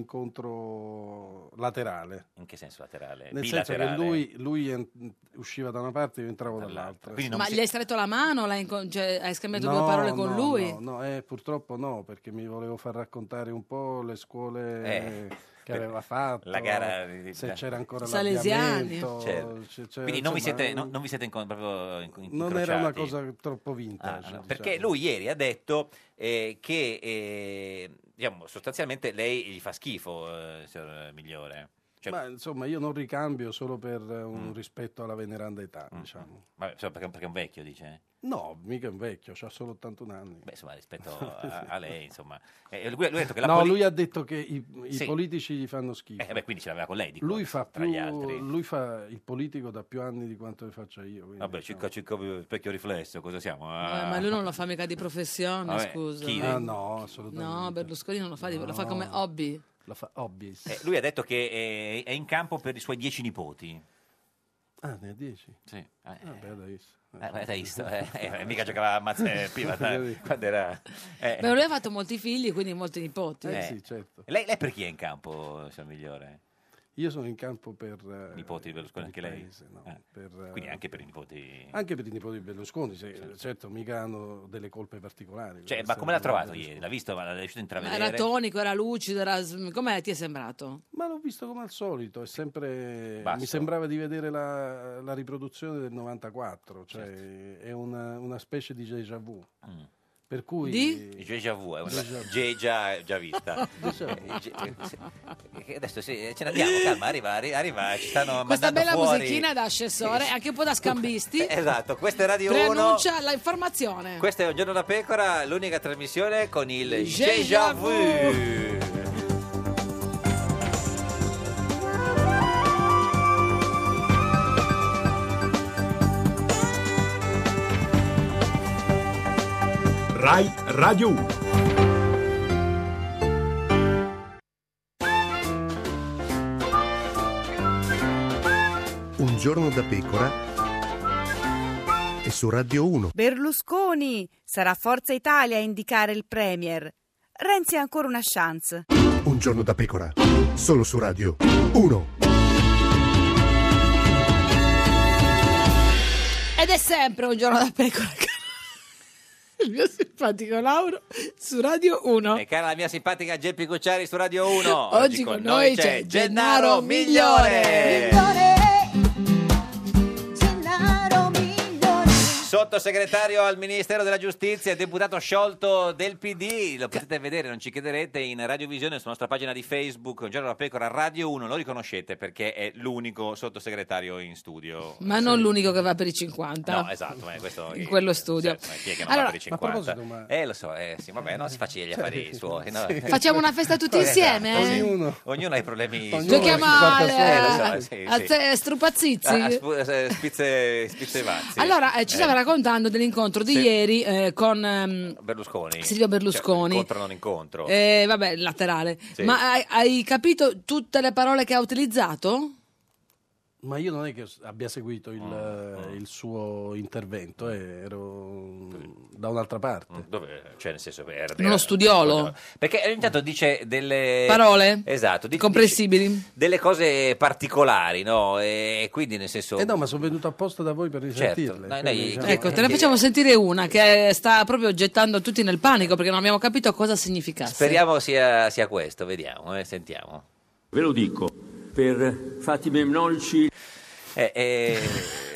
incontro laterale. In che senso laterale? Nel senso Bilaterale. che lui, lui en- usciva da una parte e io entravo dall'altra. Quindi Ma gli hai stretto la mano? L'hai incon- cioè, hai scambiato No, due parole con no, lui? No, no, eh, purtroppo no, perché mi volevo far raccontare un po' le scuole Eh, che aveva fatto, la gara di- se c'era ancora Salesiani. l'avviamento. Certo. se c'era- Quindi non vi insomma, siete, non, non vi siete incon- proprio inc- non era una incrociati? cosa troppo Ah, vintage. no, diciamo. Perché lui ieri ha detto eh, che eh, diciamo, sostanzialmente lei gli fa schifo, eh, signor Migliore. Cioè, Mm. Ma insomma io non ricambio solo per eh, un rispetto alla veneranda età, diciamo. vabbè, insomma, perché, perché è un vecchio, dice? eh, No, mica è un vecchio, ha solo 81 anni. mm. Beh, insomma, rispetto a, a lei, insomma. Eh, lui, lui ha detto che la no, poli- lui ha detto che i, i Sì. politici gli fanno schifo. Eh, beh, quindi ce l'aveva con lei, dico, lui, fa tra gli altri. più, lui fa il politico da più anni di quanto ne faccia io. quindi- diciamo. Vabbè, circa, circa specchio riflesso, cosa siamo? Eh, Ah. ma lui non lo fa mica di professione, Vabbè, scusa. chi- Eh, Ah, no, assolutamente. No, Berlusconi non lo fa, di- lo fa No. come hobby. Lo fa obvious. Eh, lui ha detto che eh, è, è in campo per i suoi dieci nipoti. Ah, ne ha 10? Sì. Ah, beh, adesso. Eh, beh, l'hai visto, eh, eh, mica giocava a mazze prima, ta- quando era... eh. Beh, lui ha fatto molti figli, quindi molti nipoti. Eh. certo. Lei, lei per chi è in campo, signor Migliore? Io sono in campo per... eh, Nipoti di Berlusconi, anche per il lei? paese, no, Ah. per, eh, Quindi anche per i nipoti... Anche per i nipoti di Berlusconi, se- certo. mica hanno delle colpe particolari. Cioè, ma come l'ha trovato ieri? L'ha visto? Ma L'ha riuscito Ma a intravedere? Era tonico, era lucido, era... sm- com'è ti è sembrato? Ma l'ho visto come al solito, è sempre... Basso. mi sembrava di vedere la, la riproduzione del 94, cioè Certo. è una, una specie di déjà vu. Mm. Per cui... Il Deja vu, è una Déjà vu. Deja già vista. Déjà Eh, ge- se- eh, Adesso sì, ce ne andiamo, calma, arriva, arri- arriva, ci stanno Questa mandando bella fuori. musichina da ascensore, anche un po' da scambisti, Esatto, questa è Radio 1. preannuncia la informazione. Eh. Questo è Un giorno da pecora, l'unica trasmissione con il Déjà Deja vu. vu. Rai Radio 1. Un giorno da pecora e su Radio 1. Berlusconi! Sarà Forza Italia a indicare il Premier. Renzi ha ancora una chance. Un giorno da pecora. Solo su Radio 1. Ed è sempre un giorno da pecora. Il mio simpatico Lauro su Radio 1. E cara la mia simpatica Geppi Cucciari su Radio 1. Oggi con noi c'è Gennaro Migliore. Gennaro Migliore. Sottosegretario al Ministero della Giustizia e deputato sciolto del PD, lo potete vedere, non ci chiederete, in radiovisione sulla nostra pagina di Facebook, Un giorno da pecora Radio 1, lo riconoscete perché è l'unico sottosegretario in studio. Ma non l'unico che va per i 50. No, esatto, eh, questo In quello studio. Certo, ma chi è che non Allora- va per i 50? Eh, lo so, eh, sì, vabbè, non si faccia gli affari suoi. no? Facciamo una festa tutti Esatto, insieme? sì. eh? Ognuno. ha i problemi. suoi. Giochiamo al, Eh, lo so, sì, al sì. ze- strupazzizi? A- a spu- eh, spizze, spizze vazzi. Allora, eh, ci Eh, stava raccontando dell'incontro di Sì. ieri eh, con ehm, Berlusconi. Silvio Berlusconi. Cioè, incontro non incontro. eh, vabbè, laterale. Sì. Ma hai, hai capito tutte le parole che ha utilizzato? Ma io non è che s- abbia seguito il, Ah, eh, il suo intervento, eh, ero da un'altra parte. Dove, cioè, nel senso, era, Uno studiolo. Perché ogni tanto dice delle Parole? Esatto, dice, Comprensibili? dice delle cose particolari, no? E quindi nel senso Eh no, ma sono venuto apposta da voi per Certo, risentirle. noi- noi- quindi, diciamo Ecco, Te ne facciamo sentire una che eh, sta proprio gettando tutti nel panico perché non abbiamo capito cosa significasse. speriamo sia, sia questo, vediamo, eh, sentiamo. Ve lo dico, per fatti memnolci... Eh, eh,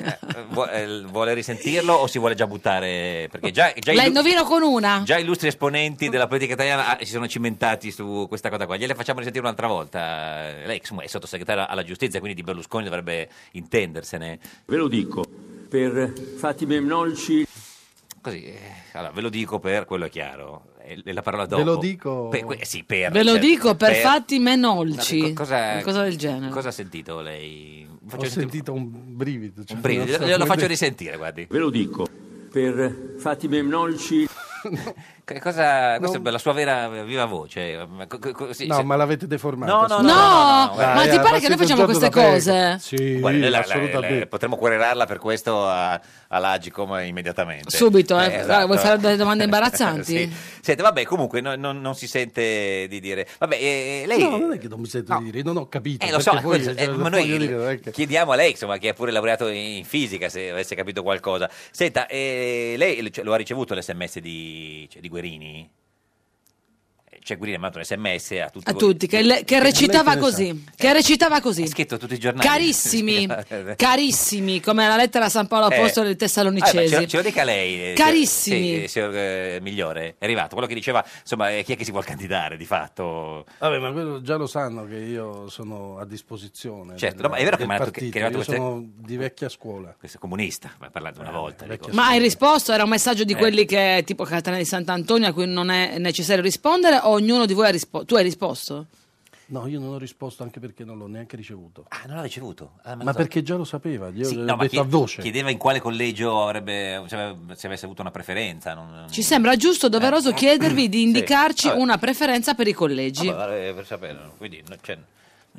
eh, vu- eh, vuole risentirlo o si vuole già buttare? Perché già, già La illu- indovino con una? già illustri esponenti della politica italiana ah, si sono cimentati su questa cosa qua. Gliela facciamo risentire un'altra volta. Eh, Lei insomma, è sottosegretaria alla giustizia, quindi di Berlusconi dovrebbe intendersene. Ve lo dico, per fatti memnolci... Così, eh, allora, ve lo dico per quello è chiaro. È è la parola dopo. Ve lo dico- Per, que- sì, per, Ve lo cioè, dico per, fatti No, menolci. che co- cosa- una cosa del genere. Cosa ha sentito lei? Faccio Ho sentire- sentito un brivido. cioè, un brivido. non so Glielo come faccio dire. risentire, guardi. Ve lo dico, per fatti memnolci... Che cosa, questa Non- è la sua vera viva voce. Cioè, ma co- co- co- sì, No, se- ma l'avete deformato. Eh, No, no, scusa. no, no, no, ma guarda. ti pare che noi facciamo queste cose? Sì, Guardi, lei la- la- assolutamente. la- potremmo quererarla per questo a, all'Agicom immediatamente. Subito, eh. Guarda, Vuoi esatto. fare delle domande imbarazzanti? Sì. Senta, vabbè, comunque no- non, non si sente di dire. Vabbè, eh, lei. No, non è che non mi sento di dire, non ho capito. Eh, lo so, perché voi- questo- eh, cioè, ma voglio noi dire, non è che- chiediamo a lei, insomma, che ha pure laureato in, in fisica, se avesse capito qualcosa. Senta, eh, lei cioè, lo ha ricevuto l'SMS di, cioè, di Guerini? Eh, Cioè, Guerini ha mandato un SMS a tutti. A voi. tutti, che, le- che recitava Lei che ne così. Che recitava così. scritto tutti i giornali. Carissimi, Eh, carissimi, come la lettera a San Paolo Apostolo dei eh, beh, Eh, ce, Tessalonicesi. ce lo dica lei. eh, Carissimi. sì, eh, signor eh, Migliore, è arrivato. Quello che diceva, insomma, eh, chi è che si vuole candidare di fatto? Vabbè, ma quello già lo sanno che io sono a disposizione. Certo, del- no, ma è vero che Eh, del mi ha detto che- partito. che è arrivato Io queste- sono di vecchia scuola. Eh, Questo è comunista, ma ha parlato una volta. ricordo. Ma hai risposto? Era un messaggio di Eh. quelli che tipo Catena di Sant'Antonio a cui non è necessario rispondere o ognuno di voi ha risposto? Tu hai risposto? No, io non ho risposto anche perché non l'ho neanche ricevuto. Ah, non l'ha ricevuto? Ah, ma cosa- perché già lo sapeva, io Sì, l'ho no, ma detto a chied- voce. Chiedeva in quale collegio avrebbe, se ave- se avesse avuto una preferenza. non- Ah. non- Ci sembra Eh. giusto, doveroso chiedervi di Sì. indicarci Vabbè. una preferenza per i collegi. Vabbè, vale Ah, eh, per saperlo. Quindi, no, cioè,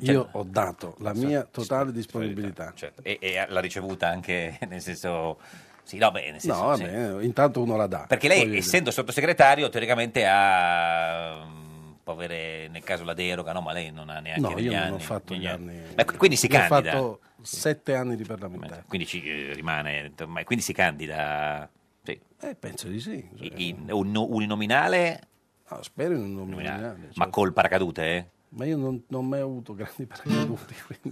Io ho dato la mia totale disponibilità. e, e l'ha ricevuta anche nel senso. Sì, no, beh, nel senso. No, sì. vabbè, intanto uno la dà. Perché Poi- lei, essendo sottosegretario, teoricamente ha. mm, Può avere nel caso la deroga, no? Ma lei non ha neanche No, degli io non anni. ho fatto degli gli anni. Ma qu- quindi si Io candida. Ho fatto sette anni di parlamentare. Quindi ci eh, rimane. ma- Quindi si candida. Sì. Eh, penso di sì. In- un- uninominale, No, spero in un nominale. certo. ma col paracadute, eh? Ma io non, non ho mai avuto grandi paracaduti. Quindi,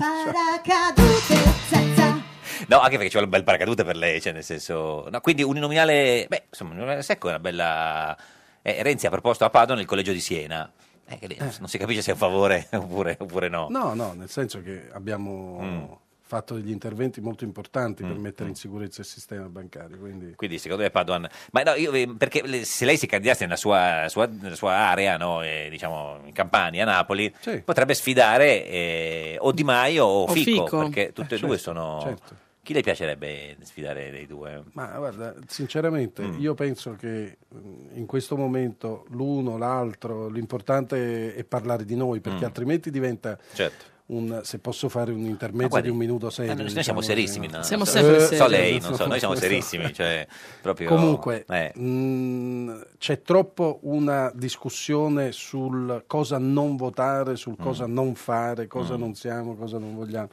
No, anche perché ci vuole un bel paracadute per lei, cioè nel senso... No, quindi uninominale... Beh, insomma, uninominale secco è una bella... eh, Renzi ha proposto a Padova nel collegio di Siena. Eh, che lì Non si capisce se è un favore oppure, oppure no. No, no, nel senso che abbiamo Mm. fatto degli interventi molto importanti per mettere in sicurezza il sistema bancario. Quindi Quindi secondo me Padoan... Ma no, io, eh, perché le- se lei si candidasse nella sua, sua- nella sua area, no, eh, diciamo in Campania, a Napoli, potrebbe sfidare eh, o Di Maio o, O Fico, Fico. perché tutte e Eh, certo, due sono... certo. Chi le piacerebbe sfidare dei due? Ma guarda, sinceramente, Mm. io penso che mh, in questo momento l'uno, l'altro, l'importante è parlare di noi, perché Mm. altrimenti diventa Certo. un, se posso fare un Ma intermezzo guardi, di un minuto eh, serio. noi diciamo siamo così, serissimi. no? no? So- so, lei, non so, noi siamo serissimi. Cioè, proprio, Comunque, eh, mh, c'è troppo una discussione sul cosa non votare, sul Mm. cosa non fare, cosa non siamo, cosa non vogliamo.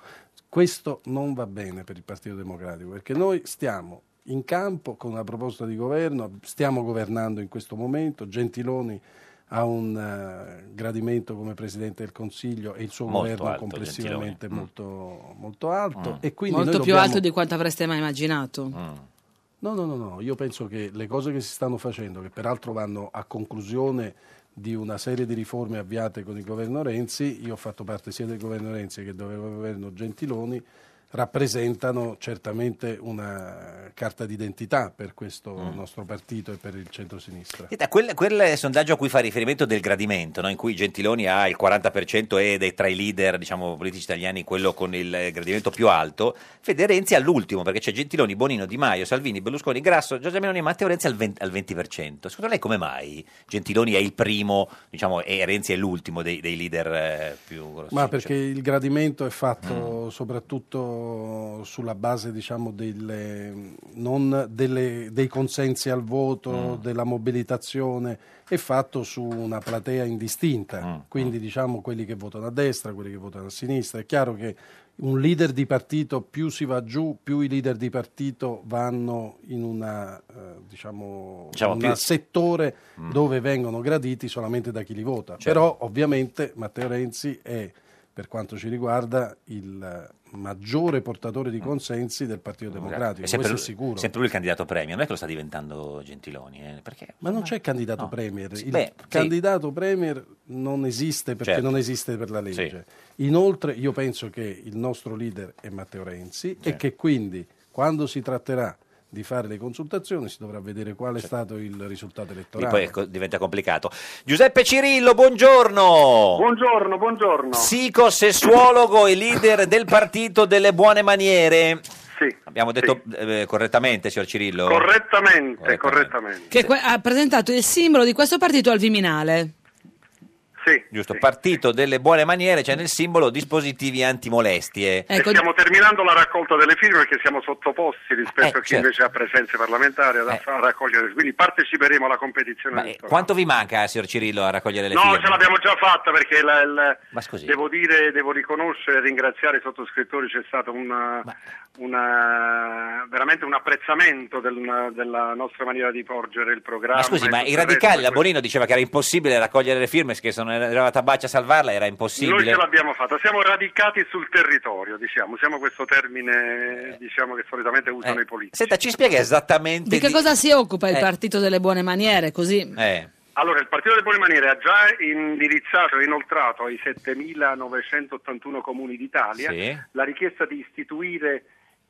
Questo non va bene per il Partito Democratico perché noi stiamo in campo con una proposta di governo, stiamo governando in questo momento, Gentiloni ha un eh, gradimento come Presidente del Consiglio e il suo Molto governo alto, complessivamente Gentiloni. Mm. molto, molto alto e quindi Molto noi più dobbiamo- alto di quanto avreste mai immaginato. Mm. No, no, no, no, io penso che le cose che si stanno facendo, che peraltro vanno a conclusione di una serie di riforme avviate con il governo Renzi, io ho fatto parte sia del governo Renzi che del governo Gentiloni, rappresentano certamente una carta d'identità per questo nostro partito e per il centrosinistra. senta, quel, quel sondaggio a cui fa riferimento del gradimento, no? in cui Gentiloni ha il 40% ed è tra i leader diciamo, politici italiani quello con il eh, gradimento più alto, Fede Renzi all'ultimo, perché c'è Gentiloni, Bonino, Di Maio, Salvini, Berlusconi, Grasso, Giorgia Meloni e Matteo Renzi al, 20, al 20%. Secondo lei come mai Gentiloni è il primo diciamo, e Renzi è l'ultimo dei, dei leader eh, più grossi? Ma perché il gradimento è fatto Mm. fatto soprattutto sulla base diciamo, delle- non delle- dei consensi al voto, Mm. della mobilitazione, è fatto su una platea Mm, indistinta, quindi diciamo quelli che votano a destra, quelli che votano a sinistra. È chiaro che un leader di partito più si va giù, più i leader di partito vanno in una, eh, diciamo, Diciamo un più- settore Mm. dove vengono graditi solamente da chi li vota. Certo. Però ovviamente Matteo Renzi è, per quanto ci riguarda, il maggiore portatore Mm. di consensi del Partito Democratico, questo È sempre, è lui, sicuro. sempre lui il candidato premio, non è che lo sta diventando Gentiloni, eh, perché Ma non c'è candidato premier, Sì, il beh, sì. candidato premier non esiste perché Certo. non esiste per la legge. Inoltre io penso che il nostro leader è Matteo Renzi e Certo. che quindi quando si tratterà di fare le consultazioni si dovrà vedere qual è stato il risultato lì elettorale. Certo. poi ecco, diventa complicato. Giuseppe Cirillo, buongiorno. Buongiorno, buongiorno. Psicosessuologo e leader del partito delle buone maniere. Sì. Abbiamo detto eh, correttamente, signor Cirillo? Correttamente, correttamente. Che que- ha presentato il simbolo di questo partito al Viminale. Giusto, partito delle buone maniere, c'è nel simbolo dispositivi antimolestie. E stiamo terminando la raccolta delle firme perché siamo sottoposti rispetto Eh, a chi certo. Eh. invece ha presenze parlamentari ad a raccogliere, quindi parteciperemo alla competizione. elettorale. Quanto vi manca, signor Cirillo, a raccogliere le no, eh, firme? ce l'abbiamo già fatta perché la- il- Ma scusi. devo dire, devo riconoscere e ringraziare i sottoscrittori, c'è stato un, una- veramente un apprezzamento del- della nostra maniera di porgere il programma. Ma scusi, e ma tutto i il radicali, resto. la Bonino diceva che era impossibile raccogliere le firme, che se non era Tabacci a salvarla era Noi impossibile. ce l'abbiamo fatta, siamo radicati sul territorio, diciamo, usiamo questo termine diciamo, che solitamente usano i politici. Eh. Senta, ci spiega esattamente... Di che cosa si occupa il Eh. partito delle buone maniere? Così Eh, Allora, il Partito delle Buone Maniere ha già indirizzato e inoltrato ai 7.981 comuni d'Italia Sì. la eh. richiesta di istituire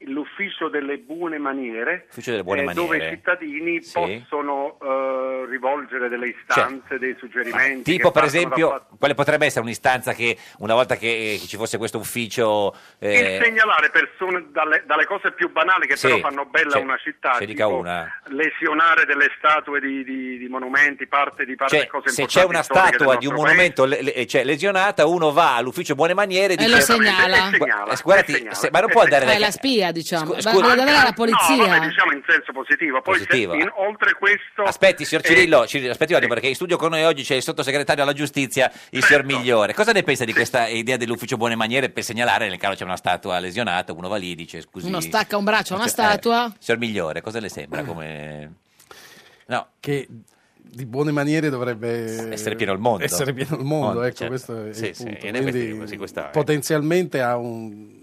l'ufficio delle buone maniere, Ufficio delle buone maniere. Eh, dove i cittadini Sì. possono eh, rivolgere delle istanze, dei suggerimenti. Cioè, tipo che per partono da esempio, fatti- quale potrebbe essere un'istanza che una volta che, che ci fosse questo ufficio... eh, Il segnalare persone dalle, dalle cose più banali che Sì, però fanno bella sì, una città, ce dica tipo una. lesionare delle statue di, di- di monumenti, parte di parte Cioè, cose se importanti c'è una storiche del statua di un nostro paese. monumento le- le- cioè, lesionata, uno va all'ufficio buone maniere e dice... lo segnala. Gu- eh, guardati, se- ma non può andare... è dai- la spia, diciamo. scusa. Va- va- va- va- la polizia. No, vabbè, diciamo in senso positivo. Poi Positivo, se- in- eh. oltre questo... Aspetti, eh, signor Cirillo, Cirillo, aspetti un attimo, perché in studio con noi oggi c'è il sottosegretario alla giustizia, il signor Certo. Migliore. Cosa ne pensa di questa idea dell'ufficio buone maniere per segnalare nel caso c'è una statua lesionata, uno va lì e dice scusi. Uno stacca un braccio a una Cioè, eh, statua. Signor Migliore, cosa le sembra come... No, che di buone maniere dovrebbe Essere pieno il mondo. essere pieno il mondo, Mondo, ecco, certo. questo è Sì, il sì, punto. e noi questi- Quindi, sì, questa è- certo potenzialmente ha un,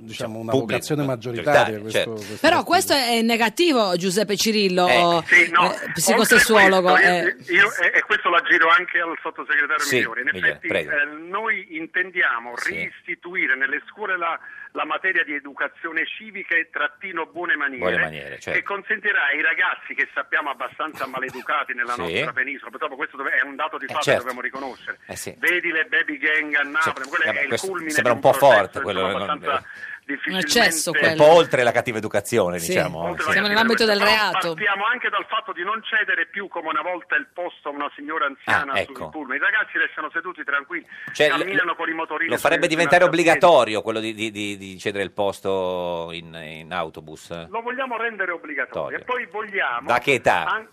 diciamo, una pubblico, vocazione no? maggioritaria. Maggioritaria, questo- certo. questo- Però questo è negativo, Giuseppe Cirillo, Sì, no, eh, psicosessuologo. oltre eh. questo, io- io- e, e questo la giro anche al sottosegretario Sì, Migliore. In Migliore, effetti prego. eh, noi intendiamo Sì. reistituire nelle scuole la, la materia di educazione civica e trattino buone maniere, Buone maniere, certo. che consentirà ai ragazzi che sappiamo abbastanza maleducati nella Sì. nostra penisola, purtroppo questo dov- è un dato di fatto certo. che dobbiamo riconoscere. Eh sì. Vedi le baby gang a Napoli, quello vabbè, è il questo culmine sembra di un po' processo, forte, quello insomma, non- abbastanza difficilmente- è un po' oltre la cattiva educazione, Sì. diciamo. Oltre sì. la cattiva nell'ambito del educazione, reato. però Partiamo anche dal fatto di non cedere più come una volta il posto a una signora anziana Ah, ecco. sul pullman. I ragazzi restano seduti tranquilli, Cioè, camminano con i motorini. Lo farebbe sulle- diventare sulle marciapiedi. obbligatorio quello di, di- di- di cedere il posto in, in autobus? Lo vogliamo rendere obbligatorio. E poi vogliamo... Da che età? an-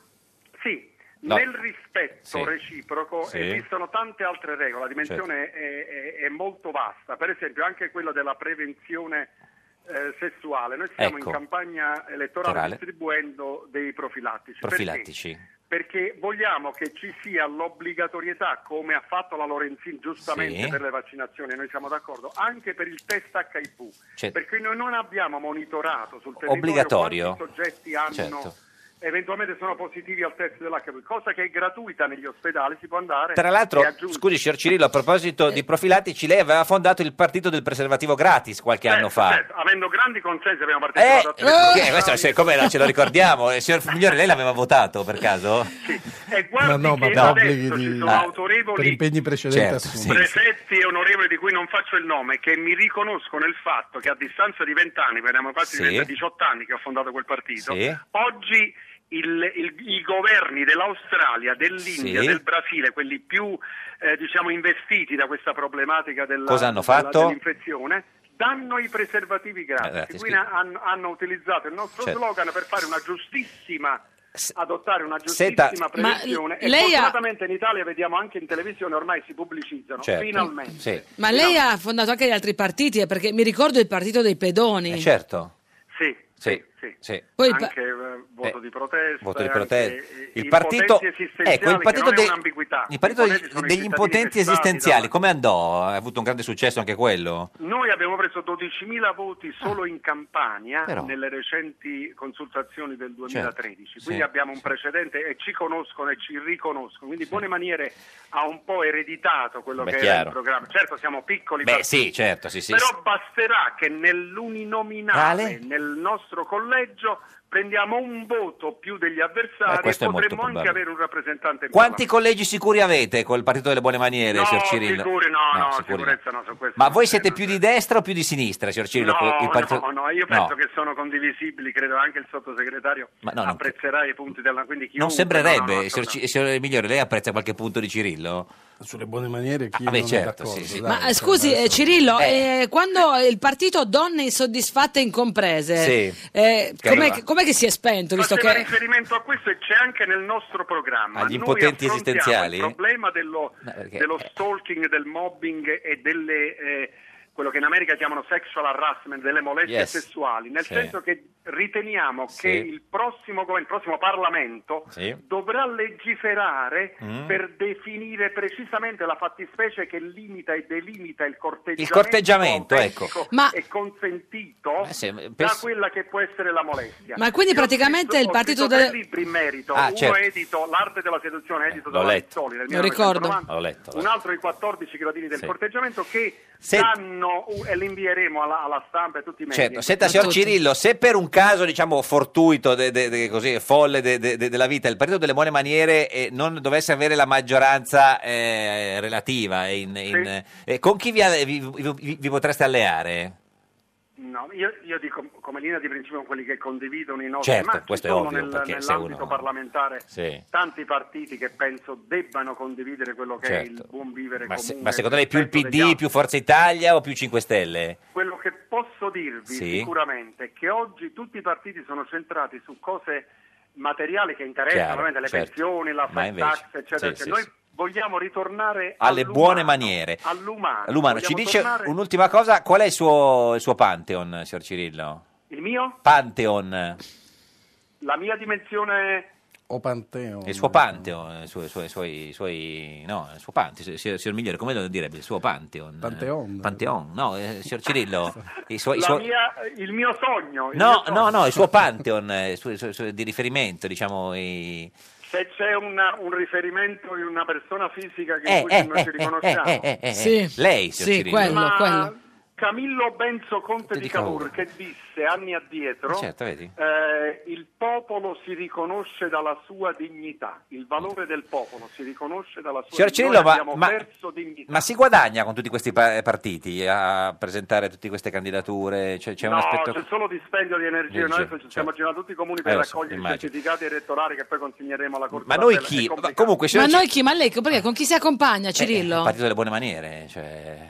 sì, No. nel rispetto Sì. reciproco Sì. Certo. esistono tante altre regole, la dimensione è, è- è molto vasta, per esempio anche quella della prevenzione eh, sessuale. Noi stiamo Ecco. in campagna elettorale Elettorale. distribuendo dei profilattici. Perché? Profilattici. perché vogliamo che ci sia l'obbligatorietà, come ha fatto la Lorenzin giustamente Sì. per le vaccinazioni, noi siamo d'accordo, anche per il test HIV, Certo. perché noi non abbiamo monitorato sul territorio Obbligatorio? quanti soggetti hanno Certo. eventualmente sono positivi al test dell'HIV, cosa che è gratuita negli ospedali, si può andare Tra l'altro, e aggiungere. scusi, signor Cirillo, a proposito Eh. di profilattici, lei aveva fondato il partito del preservativo gratis qualche anno fa. Certo, avendo grandi consensi abbiamo Eh, partecipato a eh, questo se- come la- ce lo ricordiamo, Eh, signor Migliore, lei l'aveva votato per caso? E Ma guardi no, ma che per adesso obblighi ci di- sono Ah, per autorevoli impegni precedenti Certo, assunti. prefetti e onorevoli di cui non faccio il nome che mi riconoscono il fatto che a distanza di vent'anni, parliamo quasi Sì. di 20 18 anni che ho fondato quel partito, Sì. oggi il- il- i governi dell'Australia, dell'India, Sì. del Brasile, quelli più eh, diciamo investiti da questa problematica della, Cosa hanno della- fatto? dell'infezione, danno i preservativi Eh, grazie, gratis. Quindi scusi. hanno, hanno utilizzato il nostro Certo. slogan per fare una giustissima adottare una Senta- giustissima Ma prevenzione e lei ha- fortunatamente in Italia vediamo anche in televisione ormai si pubblicizzano Certo. finalmente Sì. Ma lei ha fondato anche gli altri partiti, eh, perché mi ricordo il partito dei pedoni. Eh, certo. Sì, sì, sì. Poi il pa- anche eh, voto di protesta Voto di anche protesta. i- Il i partito, potenti esistenziali ecco, il che partito, non è dei- un'ambiguità. il partito I degli, potenti sono i degli cittadini impotenti vessati esistenziali, come andò? Ha avuto un grande successo anche quello? Noi abbiamo preso 12.000 voti solo in Campania Ah. Però. nelle recenti consultazioni del 2013, Certo, quindi sì, abbiamo un precedente e ci conoscono e ci riconoscono, quindi Buone Maniere ha un po' ereditato quello Beh, che era chiaro. il programma. Certo siamo piccoli, Beh, partiti, sì, certo, sì, sì. però basterà che nell'uninominale, Vale? nel nostro collegio, prendiamo un voto più degli Eh, avversari e questo è molto potremmo anche probabile. avere un rappresentante in Parlamento. Quanti collegi sicuri avete col partito delle buone maniere, No, signor Cirillo? sicuri no, no, sicuri sicurezza no, su questo Ma voi siete più di destra o più di sinistra, signor Cirillo? No, col- il partito- no, no, io No. penso che sono condivisibili, credo anche il sottosegretario Ma no, non- apprezzerà i punti della... Quindi chiunque, Non no, sembrerebbe, no, no, signor, Ci- signor Migliore, lei apprezza qualche punto di Cirillo? Sulle buone maniere chi Ah, beh, non è certo, d'accordo. sì, sì. dai, Ma eh, insomma, scusi, adesso- eh, Cirillo, eh, quando il partito Donne Insoddisfatte e Incomprese, Sì. eh, Che com'è, aveva- che- com'è che si è spento? Visto Faceva che... riferimento a questo e c'è anche nel nostro programma. Agli Noi impotenti affrontiamo esistenziali? Il problema dello, No, perché- eh. dello stalking, del mobbing e delle... eh, quello che in America chiamano sexual harassment, delle molestie Yes. sessuali, nel Sì. senso che riteniamo Sì. che il prossimo governo, il prossimo Parlamento Sì. dovrà legiferare Mm. per definire precisamente la fattispecie che limita e delimita il corteggiamento, Il corteggiamento, autentico ecco. Ma- e consentito Eh sì, da penso- quella che può essere la molestia. Ma Cioè, Io quindi ho praticamente scritto- il partito ho scritto del- tre libri in merito, Ah, uno certo. è edito L'arte della seduzione, edito l'ho da letto. Rizzoli nel Lo ricordo. 1990, L'ho letto, l'ho un altro i 14 gradini del Sì. corteggiamento che Sent- danno e li invieremo alla, alla stampa e a tutti i media. Certo, senta signor Cirillo, se per un caso diciamo fortuito, de- de- de- così, folle de- de- de- della vita, il Partito delle Buone Maniere eh, non dovesse avere la maggioranza eh, relativa, eh, in- in- eh, con chi vi, vi- vi- vi potreste alleare? No, io, io dico come linea di principio con quelli che condividono i nostri, Certo, ma ci questo è sono ovvio, nel- perché se nell'ambito uno- parlamentare Sì. tanti partiti che penso debbano condividere quello che è il Certo. buon vivere Ma, se- comune. ma secondo lei più il rispetto degli PD, altri. più Forza Italia o più 5 Stelle? Quello che posso dirvi Sì. sicuramente è che oggi tutti i partiti sono centrati su cose materiali che interessano, Chiaro, ovviamente, le certo. pensioni, la Ma flat invece- tax, eccetera. sì, eccetera. sì, Noi sì. vogliamo ritornare Alle all'umano, buone maniere. All'umano. L'umano, ci Vogliamo dice tornare- un'ultima cosa, qual è il suo, il suo Pantheon, signor Cirillo? Il mio? Pantheon, La mia dimensione... O Panteon. il suo Pantheon, i suoi, i suoi- i suoi- i suoi- no, il suo Pantheon, signor, signor Migliore, come lo direbbe? Il suo Pantheon. Pantheon. Pantheon, no, eh, signor Cirillo, i suoi... i la suoi- mia- il mio sogno. il mio No, sogno. no, no, il suo Pantheon eh, il suo- il suo- il suo- di riferimento, diciamo... i- Se c'è una- un riferimento in una persona fisica che in Eh, cui eh, noi eh, ci eh, riconosciamo. eh, eh, eh, eh. Sì. Lei, signor Sì, Cirillo. quello. Ma quello. Camillo Benzo Conte di di Cavour. Cavour che disse anni addietro Eh, certo, vedi. eh, il popolo si riconosce dalla sua dignità, il valore del popolo si riconosce dalla sua Signor dignità. Cirillo, Noi ma, abbiamo ma- perso dignità. ma si guadagna con tutti questi pa- eh, partiti a presentare tutte queste candidature? Cioè, c'è un no, aspetto... c'è solo dispendio di energia, Di noi energia, adesso ci stiamo girando tutti i comuni per Eh, lo so, raccogliere i immagino. certificati elettorali che poi consegneremo alla Corte Ma noi d'Appello, è chi? Ma complicato. comunque, Ma signor noi chi? Ma lei perché? con chi si accompagna Il Cirillo? partito delle buone maniere, cioè...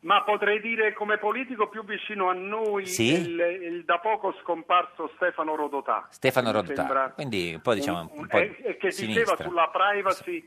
Ma potrei dire come politico più vicino a noi Sì? il, il da poco scomparso Stefano Rodotà. Stefano Che mi Rodotà. sembra Quindi un po', diciamo, un po' e, e che diceva sinistra. sulla privacy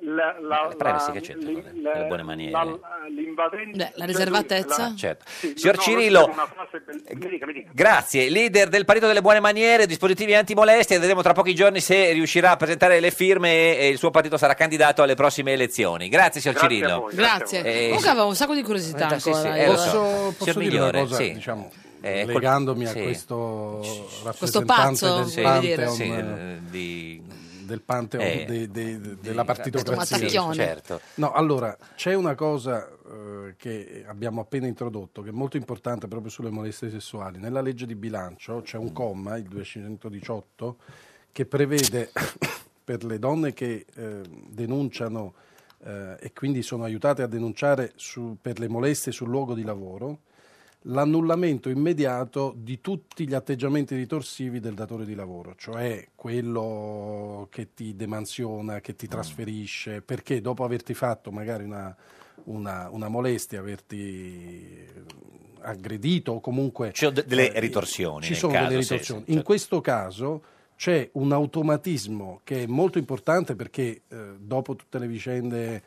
la, la, La privacy che c'entra con le- con le buone maniere? l'invadente- eh, Beh, la riservatezza? la- Certo. sì, Signor Eh, no, no, Cirillo- questa è una frase bell- mi dica, mi dica. Grazie, leader del partito delle buone maniere, dispositivi antimolestia, vedremo tra pochi giorni se riuscirà a presentare le firme e, e il suo partito sarà candidato alle prossime elezioni. Grazie signor Grazie Cirillo. a voi. Grazie. Eh, Comunque sì. avevo un sacco di curiosità Sì, sì, ancora. sì, io. eh, lo so. Posso, posso Signor dire Migliore, una cosa, sì. diciamo, Eh, col- legandomi a sì. questo Questo rappresentante pazzo, del voglio dire. Pantheon, Sì, eh, eh, di... del Pantheon Eh, de- de- de- oh, della Questo partitocrazia. mazzacchione. Certo. No, allora, c'è una cosa eh, che abbiamo appena introdotto, che è molto importante proprio sulle molestie sessuali. Nella legge di bilancio c'è un comma, il 218, che prevede per le donne che eh, denunciano eh, e quindi sono aiutate a denunciare su- per le molestie sul luogo di lavoro l'annullamento immediato di tutti gli atteggiamenti ritorsivi del datore di lavoro, cioè quello che ti demansiona, che ti trasferisce, perché dopo averti fatto magari una, una- una molestia, averti aggredito o comunque... Ci sono de- delle ritorsioni. Ci nel sono caso, delle sì, certo. ritorsioni. sì, In questo caso c'è un automatismo che è molto importante perché eh, dopo tutte le vicende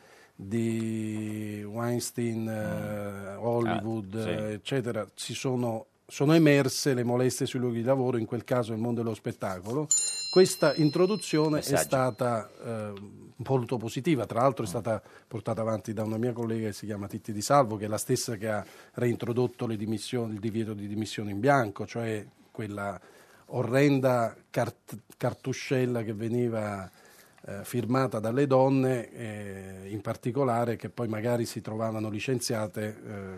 di Weinstein, eh, Hollywood, Mm. Ah, sì. eh, eccetera, si sono, sono emerse le molestie sui luoghi di lavoro, in quel caso il mondo dello spettacolo. Questa introduzione è Messaggio. stata eh, molto positiva, tra l'altro è stata portata avanti da una mia collega che si chiama Titti Di Salvo, che è la stessa che ha reintrodotto le dimissioni- il divieto di dimissioni in bianco, cioè quella orrenda cart- cartuscella che veniva eh, firmata dalle donne, eh, in particolare che poi magari si trovavano licenziate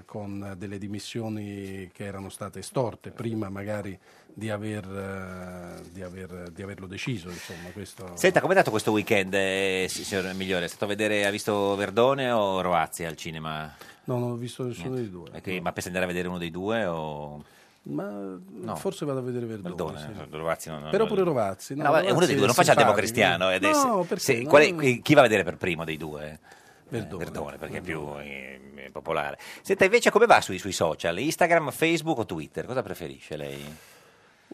eh, con delle dimissioni che erano state estorte prima magari di, aver, eh, di, aver- di averlo deciso. Insomma, questo... Senta, com'è andato questo weekend, eh, si- signor Migliore? È stato a vedere, ha visto Verdone o Roazzi al cinema? No, non ho visto nessuno dei due. Eh, che- Ma pensa di andare a vedere uno dei due o... Ma No. forse vado a vedere Verdone. Verdone, sì. eh, Rovazzi no, no, Però no. pure Rovazzi. no, No, ma è uno Rovazzi dei è due, non faccia il simpatico. democristiano. eh, adesso. No, perché? Se- No, qual è- no. chi- chi va a vedere per primo dei due? Verdone. Eh, Verdone, perché è più eh, popolare. Senta, invece come va sui, sui social? Instagram, Facebook o Twitter? Cosa preferisce lei?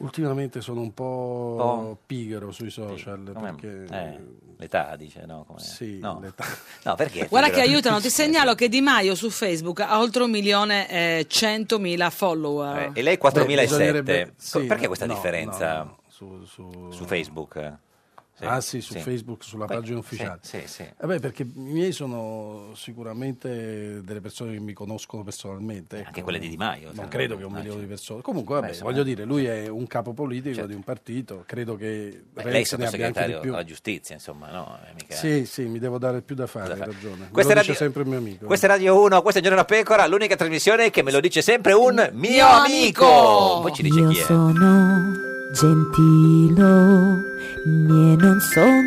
Ultimamente sono un po' Po'? pigro sui social. Come- Perché... eh, l'età dice, no? Com'è? Sì, no. l'età. No, perché? Guarda che Figaro? aiutano, ti segnalo che Di Maio su Facebook ha oltre un milione e centomila follower. Eh, e lei bisognerebbe- 4007. sì, perché questa no, differenza no, no, Su, su Facebook? Sì, Ah sì, su sì. Facebook, sulla Poi- pagina ufficiale. Sì, sì, sì. Eh beh, perché i miei sono sicuramente delle persone che mi conoscono personalmente. ecco. Eh, quelle di Di Maio, Non tra credo l'altro. che un Ah, milione sì. di persone. Comunque, vabbè, Beh, insomma, voglio dire, lui è un capo politico Certo. di un partito, credo che Beh, Renzi ne abbia anche lei è di sottosegretario più. alla giustizia, insomma, no? È mica- Sì, sì, mi devo dare più da fare, hai ragione. Me Questa Lo è dice radio- sempre il mio amico. Questa è Radio 1, questa è Giorno da Pecora, l'unica trasmissione che me lo dice sempre un mio, Mio amico. amico! Poi ci dice Io chi è. sono gentilo e non son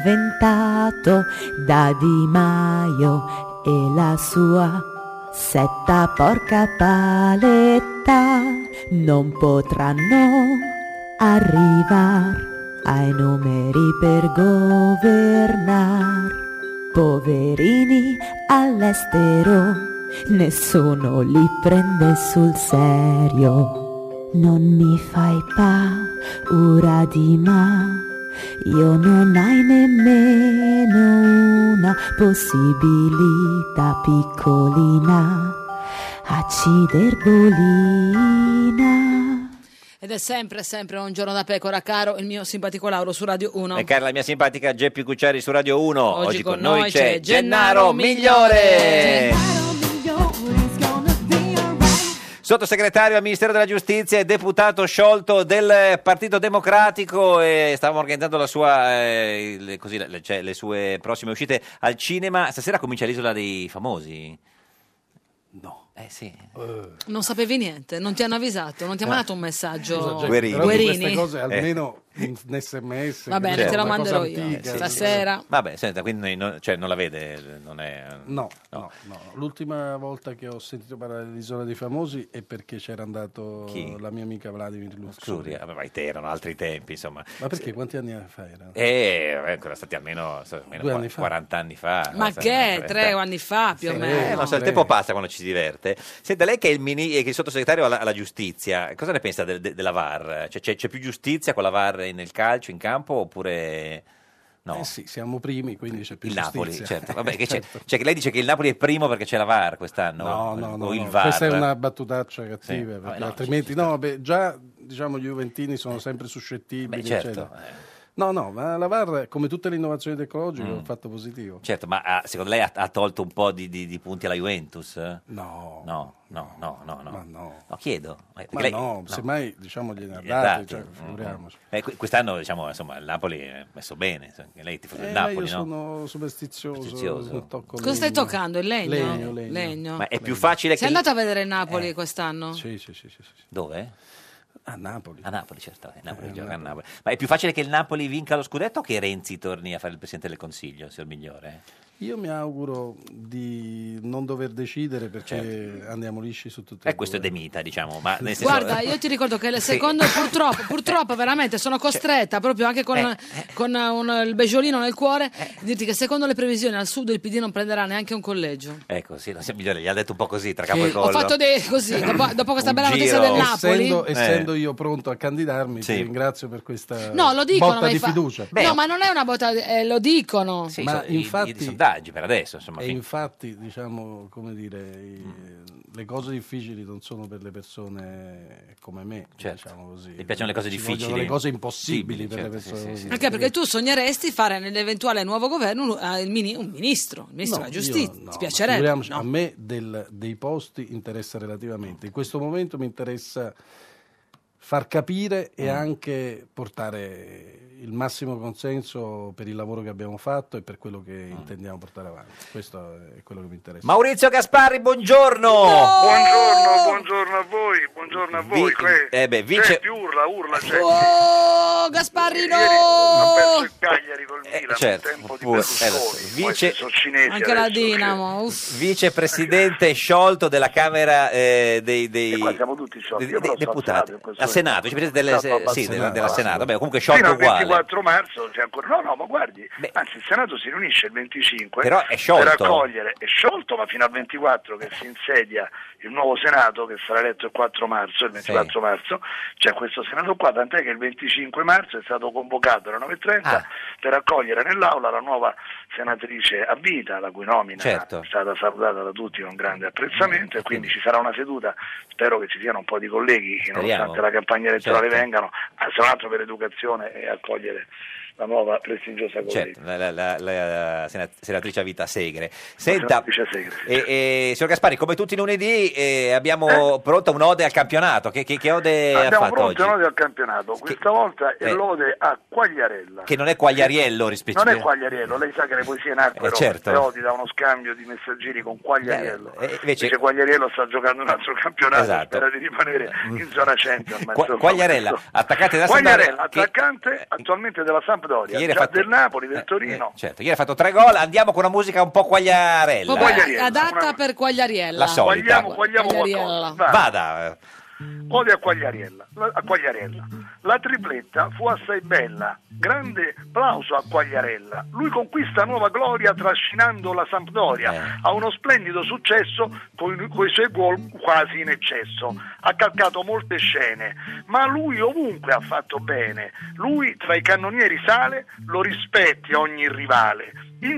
spaventato da Di Maio e la sua setta porca paletta non potranno arrivare ai numeri per governar poverini all'estero nessuno li prende sul serio non mi fai paura di ma io non hai nemmeno una possibilità piccolina a ciderbolina Ed è sempre, sempre un giorno da pecora, caro il mio simpatico Lauro su Radio 1. E cara la mia simpatica Geppi Cucciari su Radio 1. Oggi, con noi, c'è Gennaro Gennaro Migliore. Migliore. Sottosegretario al Ministero della Giustizia e deputato sciolto del Partito Democratico e stavamo organizzando la sua, eh, le, così, le- cioè, le sue prossime uscite al cinema. Stasera comincia l'Isola dei Famosi. No. Eh sì. Non sapevi niente, non ti hanno avvisato, non ti ha No. mandato un messaggio. Guerini. Però di queste cose almeno in sms. Eh. Va bene, che te è lo una cosa manderò io. antica. Eh, Stasera. Vabbè, senta, quindi non, cioè, non la vede, non è... No, no, no. L'ultima volta che ho sentito parlare dell'isola dei famosi è perché c'era andato Chi? la mia amica Vladimir Luxuria. Scuria, vabbè, ma te- erano altri tempi, insomma. Ma perché? Quanti anni fa era? Eh, ecco, erano stati almeno, so, almeno Due qua- anni fa. 40 anni fa. Ma no? che? 30. Tre anni fa più o Eh, meno. non so, il tempo passa quando ci si diverte. Senta, lei che è il, mini- eh, che è il sottosegretario alla, alla giustizia, cosa ne pensa del- de- della VAR? Cioè, c'è, c'è più giustizia con la VAR nel calcio, in campo, oppure no? Eh sì, siamo primi, quindi c'è più Il giustizia. Napoli, certo. Vabbè, che c'è- Certo. cioè, che lei dice che il Napoli è primo perché c'è la VAR quest'anno? No, no, o no, il no. VAR. questa è una battutaccia cattiva, Sì. perché Vabbè, no, Eh. altrimenti no, beh, già diciamo gli Juventini sono sempre suscettibili, Beh, certo, eccetera. No, no, ma la VAR, come tutte le innovazioni tecnologiche, è Mm. un fatto positivo. Certo, ma ha- secondo lei ha, ha tolto un po' di, di- di punti alla Juventus? No. No, no, no, no. no. Ma no. chiedo. Eh, Ma lei- no, semmai diciamo gliene ha Gli ha dati, dati, cioè, mm, figuriamoci. mm. Eh, que- quest'anno, diciamo, insomma, il Napoli è messo bene. insomma, Lei è tifoso Eh, del ma Napoli, io no? sono superstizioso, Superstizioso. non tocco Cosa stai legno. toccando? Il Legno, legno? legno. Ma è più facile Sei che... Eh. andato a vedere Napoli quest'anno? Sì, sì, sì, sì, sì. Dove? A Napoli. A Napoli, certo. eh, Napoli Eh, a gioca a Napoli. Napoli. Ma è più facile che il Napoli vinca lo scudetto o che Renzi torni a fare il Presidente del Consiglio, signor Migliore? Io mi auguro di non dover decidere perché Certo. andiamo lisci su tutte E Eh, questo è demita, diciamo, ma nel senso... Guarda, io ti ricordo che il Sì. Cioè, secondo, purtroppo, purtroppo veramente sono costretta proprio anche con, Eh, con un- il beggiolino nel cuore, a dirti che secondo le previsioni al sud il PD non prenderà neanche un collegio. Ecco, sì, non si migliore, gli ha detto un po' così, tra capo e collo. Ho fatto dei, così, dopo, dopo questa Un bella notizia del giro. Napoli. Essendo, Eh. essendo io pronto a candidarmi, ti ringrazio per questa No, lo dicono, Eh, botta ma di infa- fiducia. No, ma non è una botta, eh, lo dicono. ma infatti, sondaggi per adesso, insomma, Mm. E fin- infatti, diciamo, come dire, i- le cose difficili non sono per le persone come me, diciamo così. Gli piacciono Certo. le cose Ci difficili. vogliono le cose impossibili Sì, per certo, le sì, persone. sì, sì. Anche perché tu sogneresti fare nell'eventuale nuovo governo un, eh, il mini- un ministro, il ministro No, della giustizia. io no, Ti ma piacerebbe? figuriamoci, A me del- dei posti interessa relativamente. In questo momento mi interessa far capire e Mm. anche portare il massimo consenso per il lavoro che abbiamo fatto e per quello che Mm. intendiamo portare avanti. Questo è quello che mi interessa. Maurizio Gasparri, buongiorno! Buongiorno, buongiorno a voi, buongiorno a voi. cioè, Vi- que- eh beh, vice- Gente, urla, urla, gente. Oh, Gasparrino! Ha perso il Cagliari col Milan, un certo, tempo di pure, Berlusconi. eh, vice- Sono cinesi Anche la adesso. Dinamo. uff. Vicepresidente sciolto della Camera eh, dei, dei- dei- io però dei sono al deputati. Senato in questo Al Senato, momento. vicepresidente delle- No, no, al sì, della, Senato. della Senato. Vabbè, comunque Fino sciolto al uguale. 24 marzo c'è ancora. No, no, ma guardi, anzi, il Senato si riunisce il 25 Però è sciolto. per accogliere, è sciolto, ma fino al 24 che si insedia il nuovo Senato che sarà eletto il 4 marzo, il 24 marzo, c'è questo Senato qua, tant'è che il 25 marzo è stato convocato alle 9.30 Ah. per accogliere nell'aula la nuova senatrice a vita, la cui nomina Certo. Mm, è stata salutata da tutti con grande apprezzamento e quindi ci sarà una seduta, spero che ci siano un po' di colleghi che Speriamo. nonostante la campagna elettorale Certo. vengano, ah, se non altro per educazione e accogliere la nuova prestigiosa collega. Certo, la, la- la- la sena- senatrice a vita Segre. Senta, e- e, signor Gasparri, come tutti i lunedì eh, abbiamo pronta un'ode al campionato. Che, che- che ode ha Abbiamo fatto pronto oggi? noi al campionato, questa volta è eh. lode a Quagliarella. Che non è Quagliariello rispetto Non è Quagliariello, lei sa che le poesie nacquero Eh, certo. però di da uno scambio di messaggeri con Quagliariello. Eh, eh, invece- invece... Quagliariello sta giocando un altro campionato Esatto. Mm. spera di rimanere in zona Champions. ma Qua- insomma, Quagliarella, questo- attaccante della Quagliarella, Sampdoria, che- attaccante attualmente della Sampdoria, Ieri ha già fatto- del Napoli, del Torino. Certo, ieri ha fatto tre gol. Andiamo con una musica un po' Quagliarella. Proprio adatta per Quagliariella. La solita. Quagliamo, quagliamo Quagliariella. qualcosa. Vai. Vada. Ode a Quagliariella. La, a Quagliarella. La tripletta fu assai bella. Grande plauso a Quagliarella. Lui conquista nuova gloria trascinando la Sampdoria a uno splendido successo con i suoi gol quasi in eccesso. Ha calcato molte scene, ma lui ovunque ha fatto bene. Lui tra i cannonieri sale, lo rispetti ogni rivale.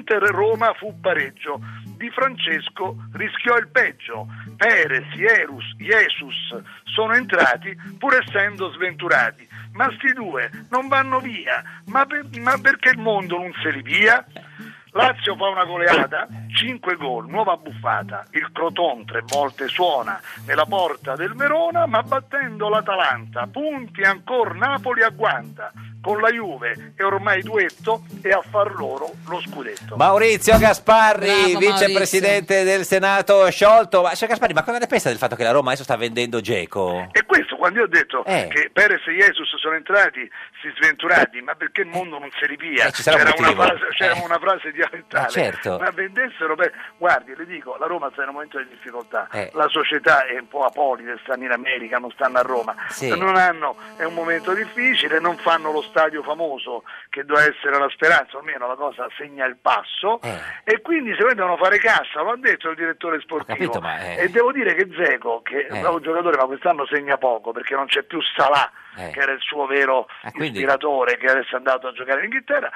Inter-Roma fu pareggio. Di Francesco rischiò il peggio. Perez, Ierus, Jesus sono entrati pur essendo sventurati. Ma sti due non vanno via. Ma, per- ma perché il mondo non se li via? Lazio fa una goleata, 5 gol, nuova buffata. Il Croton tre volte suona nella porta del Verona, ma battendo l'Atalanta. Punti ancora Napoli agguanta. Con la Juve è ormai duetto e a far loro lo scudetto. Maurizio Gasparri, Bravo, vicepresidente del Senato sciolto. Ma, signor Gasparri, ma cosa ne pensa del fatto che la Roma adesso sta vendendo Geco? E questo quando io ho detto Eh. che Perez e Jesus sono entrati, si sventurati, ma perché il mondo non se li pia? Eh, ci sarà un c'era, una motivo. Eh. frase, c'era una frase dialettale. Ma certo. Ma vendessero per... Guardi, le dico, la Roma sta in un momento di difficoltà, Eh. la società è un po' apolide, stanno in America, non stanno a Roma, Sì. non hanno, è un momento difficile, non fanno lo stadio famoso che doveva essere la speranza, almeno la cosa segna il passo, e quindi se devono fare cassa, lo ha detto il direttore sportivo. Eh. capito, ma, eh. E devo dire che Zeco, che è Eh. un bravo giocatore, ma quest'anno segna poco perché non c'è più Salah, Eh. Ah, che era il suo vero quindi- ispiratore, che adesso è andato a giocare in Inghilterra.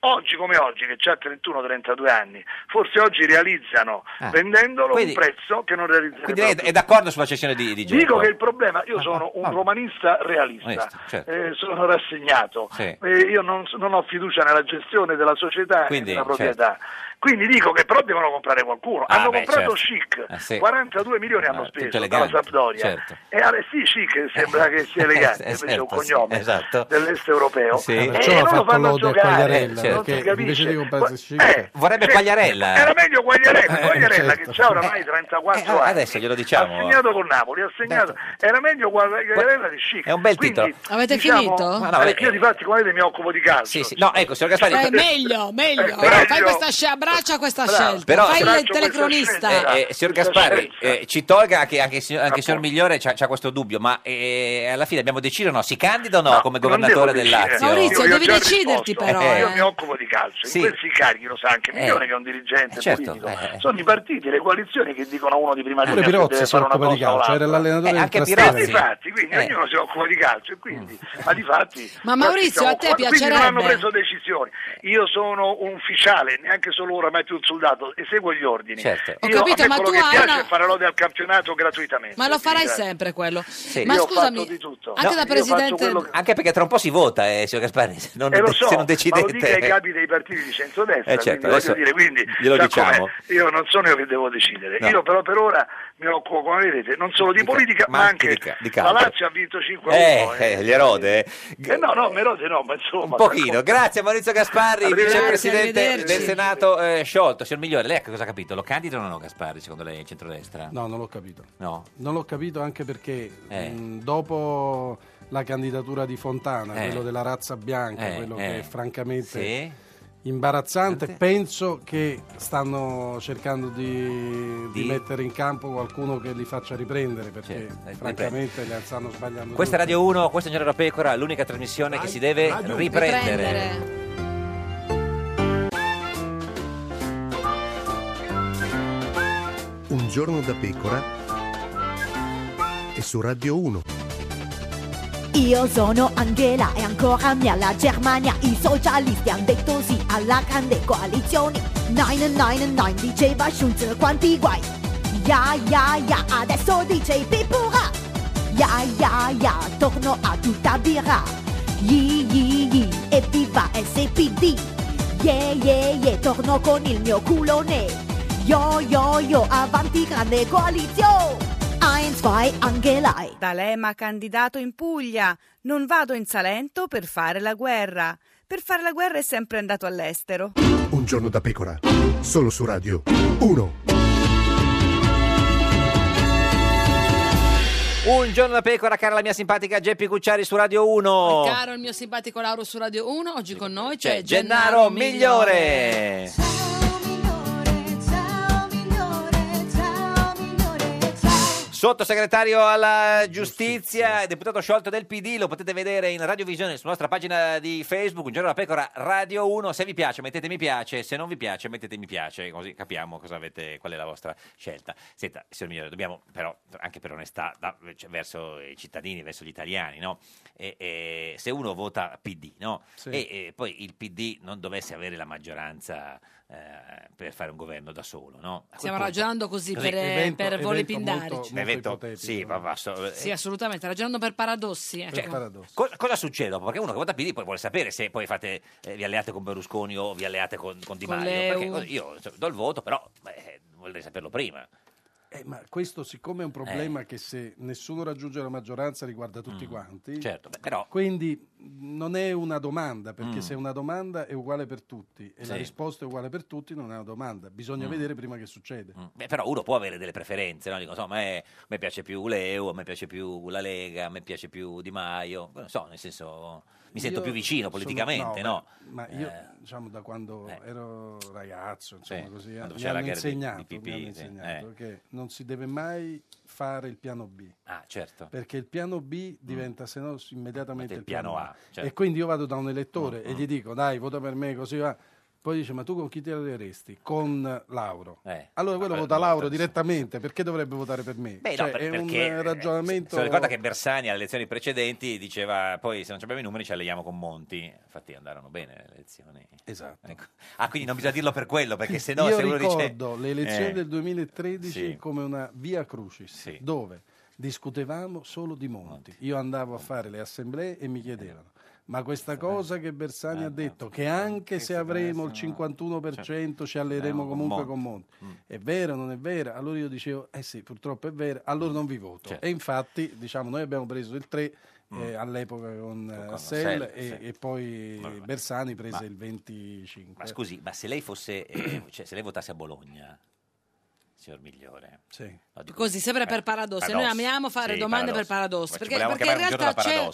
Oggi come oggi, che ha 31-32 anni, forse oggi realizzano Ah. vendendolo Quindi- un prezzo che non realizzerebbero Quindi lei più. è d'accordo sulla cessione di, Ah, di Dzeko? Dico che il problema, io sono un romanista realista, Onesto, certo. eh, sono rassegnato, Sì. eh, io non, non ho fiducia nella gestione della società Quindi, certo. e della proprietà. Quindi dico che però devono comprare qualcuno. Ah, hanno beh, comprato certo. Chic, Eh, sì. 42 milioni hanno Ah, tutto speso dalla elegante, Sampdoria. certo. E allora, sì, Chic sembra che sia elegante, Eh, invece è un certo, sì, cognome esatto. dell'est europeo. Sì. E Eh, Perciò ha non lo fatto fanno lode a giocare. Quagliarella, certo. perché Non si capisce. invece di comprarsi Eh, vorrebbe cioè, Quagliarella. Era meglio Quagliarella, Eh, Quagliarella certo. che c'ha oramai 34 anni. Adesso glielo Ha diciamo. segnato con Napoli, ha segnato. Era meglio Quagliarella di Scic. È un bel titolo. Avete diciamo- finito? Ma no, vabbè, Eh, io di fatti come vedete mi occupo di calcio. Sì, sì. No, ecco, signor Gasparri. Eh, meglio, meglio. Eh, Fai meglio. questa scelta, abbraccia questa Bravo. scelta. Però- Fai il Abbraccio telecronista. Esatto. Eh, eh, signor Gasparri, eh, ci tolga che anche il signor, anche il signor Migliore c'ha, c'ha questo dubbio, ma eh, alla fine abbiamo deciso no, si candida o no, come non governatore devo del decidere. Lazio? Maurizio, Io- io devi ho già deciderti risposto. però. Eh, Io eh. mi occupo di calcio, Sì. in questi carichi lo sa anche Milione Eh. che è un dirigente Eh, certo, politico. eh. Sono i partiti, le coalizioni che dicono a uno di prima Pure linea che Pirozzi deve si fare una occupa di cosa o calcio, era l'altra. l'allenatore del Eh, Trastevere. Infatti, quindi ognuno si occupa di calcio e quindi, ma di fatti, Mm. Ma Maurizio, noi ci stiamo a te occupando, quindi non hanno piacerebbe? preso decisioni. Io sono un ufficiale, neanche solo ora, mai più un soldato, eseguo gli ordini. Certo. Ho Io capito, a me ma quello tu che hai piace una- farò lode al campionato gratuitamente. eh, Ma lo Ti farai ringrazio. sempre quello. Eh, Sì. Ma Io ho scusami, fatto di tutto. anche No, da io faccio presidente quello che- Anche perché tra un po' si vota, eh, signor Gasparri, se non, e lo so, se non ma lo decidete. dica ai capi dei partiti di centrodestra, Eh, certo, quindi, adesso voglio dire, quindi glielo sa diciamo. com'è, io non sono io che devo decidere, No. io però per ora mi occupo, come vedete, non solo di, ca- politica, ma ma, anche anche di ca- di la calcio. Lazio ha vinto 5 a 1. Eh, eh, gli erode. eh. Eh, no, no, Merode no, ma insomma... ecco. Un pochino, grazie Maurizio Gasparri, Arrivederci. vicepresidente Arrivederci. del Senato eh, sciolto. Signor Migliore, lei ecco cosa ha capito? Lo candida o no Gasparri, secondo lei, in centrodestra? No, non l'ho capito. No. Non l'ho capito anche perché Eh. mh, dopo la candidatura di Fontana, Eh. quello della razza bianca, Eh, quello eh. che è francamente Sì. imbarazzante, penso che stanno cercando di, di Di? mettere in campo qualcuno che li faccia riprendere perché Certo, eh, francamente le stanno sbagliando. Questa è tutti. Radio 1, questa è Generale Pecora, l'unica trasmissione che si deve Radio- riprendere. Un giorno da pecora e su Radio 1. Io sono Angela e ancora mia la Germania, i socialisti hanno detto sì alla grande coalizione. 999 diceva Schulz quanti guai. Ya ya ya, adesso dice Pipura. Ya ya ya, torno a tutta birra. Yi yi yi, evviva SPD. Ye ye ye, torno con il mio culone. Yo yo yo, avanti grande coalizione. Eins, zwei, Angela. D'Alema candidato in Puglia. Non vado in Salento per fare la guerra. Per fare la guerra è sempre andato all'estero. Un giorno da pecora, solo su Radio 1. Un giorno da Pecora, cara la mia simpatica Geppi Cucciari su Radio 1. Caro il mio simpatico Lauro su Radio 1, oggi con noi c'è Cioè, Gennaro Migliore. Sottosegretario alla giustizia e deputato sciolto del PD, lo potete vedere in radiovisione sulla nostra pagina di Facebook, Un giorno da pecora Radio 1. Se vi piace mettete mi piace, se non vi piace mettete mi piace, così capiamo cosa avete- qual è la vostra scelta. Senta, signor Migliore, dobbiamo però, anche per onestà, da- cioè, verso i cittadini, verso gli italiani, no? E- e se uno vota PD, no? Sì. E, e poi il PD non dovesse avere la maggioranza eh, per fare un governo da solo, no? A Stiamo quel punto- ragionando così Così. per, eh, per voli pindarici. Un evento- sì, ma va, so- Sì, eh, assolutamente, ragionando per paradossi. ecco. cioè, co- cosa succede dopo? Perché uno che vota PD poi vuole sapere se poi fate, eh, vi alleate con Berlusconi o vi alleate con, con Di Con Maio. Leu. Perché così io cioè, do il voto, però eh, vorrei saperlo prima. Eh, ma questo siccome è un problema Eh. che se nessuno raggiunge la maggioranza riguarda tutti quanti, certo, beh, però- quindi non è una domanda, perché Mm. se una domanda è uguale per tutti e la Sì. risposta è uguale per tutti non è una domanda, bisogna Mm. vedere prima che succede. Beh, però uh, uno può avere delle preferenze, no? Dico, insomma, eh, a me piace più Leu, a me piace più la Lega, a me piace più Di Maio. Non so, nel senso, mi sento Io più vicino sono- politicamente, no? beh, Ma io, Eh, diciamo, da quando ero ragazzo, insomma, Sì, così, eh, quando mi c'era la hanno guerra di- di insegnato, pipì, mi hanno sì, insegnato eh. che non si deve mai fare il piano B. Ah, certo. Perché il piano B diventa, se no, s- immediatamente Il il piano, piano A, certo. E quindi io vado da un elettore Mm, e mm. gli dico, dai, vota per me, così va. Poi dice, ma tu con chi ti alleresti? Con eh, Lauro. Eh, allora quello ma- vota Lauro direttamente, perché dovrebbe votare per me? Beh, no, Cioè, per- è un perché, eh, eh, ragionamento... Se lo ricorda che Bersani alle elezioni precedenti diceva poi se non abbiamo i numeri ci alleiamo con Monti. Infatti andarono bene le elezioni. Esatto. Ecco. Ah, quindi non bisogna dirlo per quello, perché se no Io se uno dice... ricordo le elezioni Eh, del 2013 sì. come una via crucis, dove discutevamo solo di Monti. Io andavo a fare le assemblee e mi chiedevano ma Eh, questa cosa che Bersani ha detto, che anche se avremo il 51% ci alleremo con comunque certo, Monti. Mm. con Monti, è vero non è vero? Allora io dicevo, eh sì, purtroppo è vero, allora non vi voto. Certo. Mm. E infatti, diciamo, noi abbiamo preso il 3 eh, all'epoca con, eh, Con Sell Sell, e, sì. e poi Bersani prese Ma- il 25. Ma scusi, ma se lei fosse, eh, cioè, se lei votasse a Bologna, signor Migliore, eh, sì. Così, sempre per paradosso. E Noi amiamo fare domande per Cioè, paradossi. Perché, perché in realtà c'è,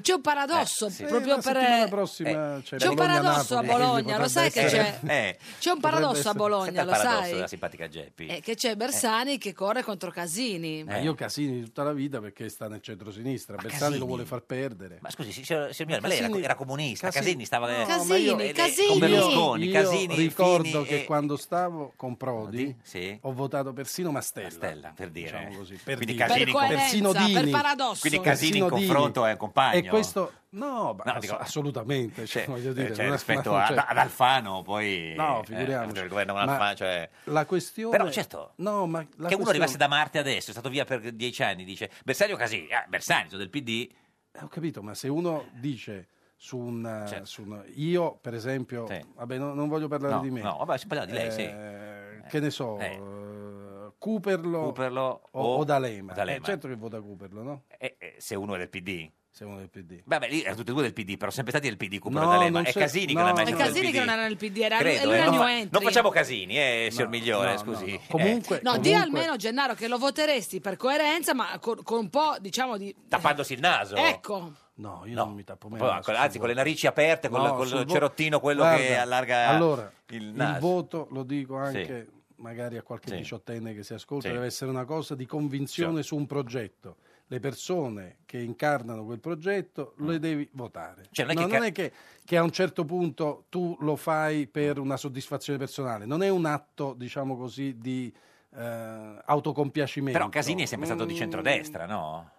c'è un paradosso. Eh, sì. Proprio la per. settimana prossima cioè, c'è un paradosso a Bologna, lo sai che c'è? Eh, eh, C'è un paradosso a Bologna, lo sai? della simpatica Geppi. Eh, che c'è Bersani che corre contro Casini. eh. Ma io Casini tutta la vita perché sta nel centro-sinistra, Bersani lo Casini? vuole far perdere. Ma scusi, signor, signor Migliore, ma lei era, Casini- era comunista, Casini- Casini, stava... No, Casini, ma io- eh, Casini. Con Io Berlusconi, Casini, ricordo Fini che e- quando stavo con Prodi ho votato persino Mastella. per dire. Diciamo così, per Quindi dire. Casini Per con- coerenza, Persino per Dini. paradosso. Quindi Casini in Persino Dini. confronto è un compagno. E questo- no, ma ass- dico- assolutamente, cioè, Cioè, voglio dire, cioè, non è- rispetto non a- c'è- ad Alfano, poi No, eh, figuriamoci. il governo con Ma Alfano, cioè- La questione Però certo, No, ma la che uno questione- arrivasse da Marte adesso, è stato via per dieci anni, dice Bersani o Casini, ah, Bersani, sono del PD, Eh, Ho capito, ma se uno dice su un, su un- io per esempio, vabbè, no- non voglio parlare No, di me. no, vabbè, si parla di lei, sì. Eh, Che ne so, eh, Cooperlo, o, o- o D'Alema. o D'Alema. Eh, certo che vota Cooperlo, no? Eh, eh, se uno è del PD. Se uno è del PD. Vabbè, lì erano tutti e due del PD, però sempre stati del PD, Cooper No, e D'Alema. non È c'è- Casini no. che non È è mai stato del Casini PD. che non era nel PD, era, Credo, lui eh, era non, new fa- entry. non facciamo Casini, eh, signor Migliore, scusi. Eh. Comunque, No, di almeno Gennaro che lo voteresti per coerenza, ma con, con un po', diciamo, di. Tappandosi il naso. Ecco. No, io non mi tappo mai. Poi, con- anzi, con le narici aperte, con, No, la- con sul il vo- cerottino, quello che Guarda, allarga allora, il naso. voto, lo dico Sì. anche magari a qualche Sì. diciottenne che si ascolta, Sì. deve essere una cosa di convinzione su un progetto. Le persone che incarnano quel progetto le devi votare. Mm. Cioè, non è No, che ca- che, che a un certo punto tu lo fai Mm. per una soddisfazione personale, non è un atto, diciamo così, di eh, autocompiacimento. Però Casini è sempre stato di Mm, centrodestra, no?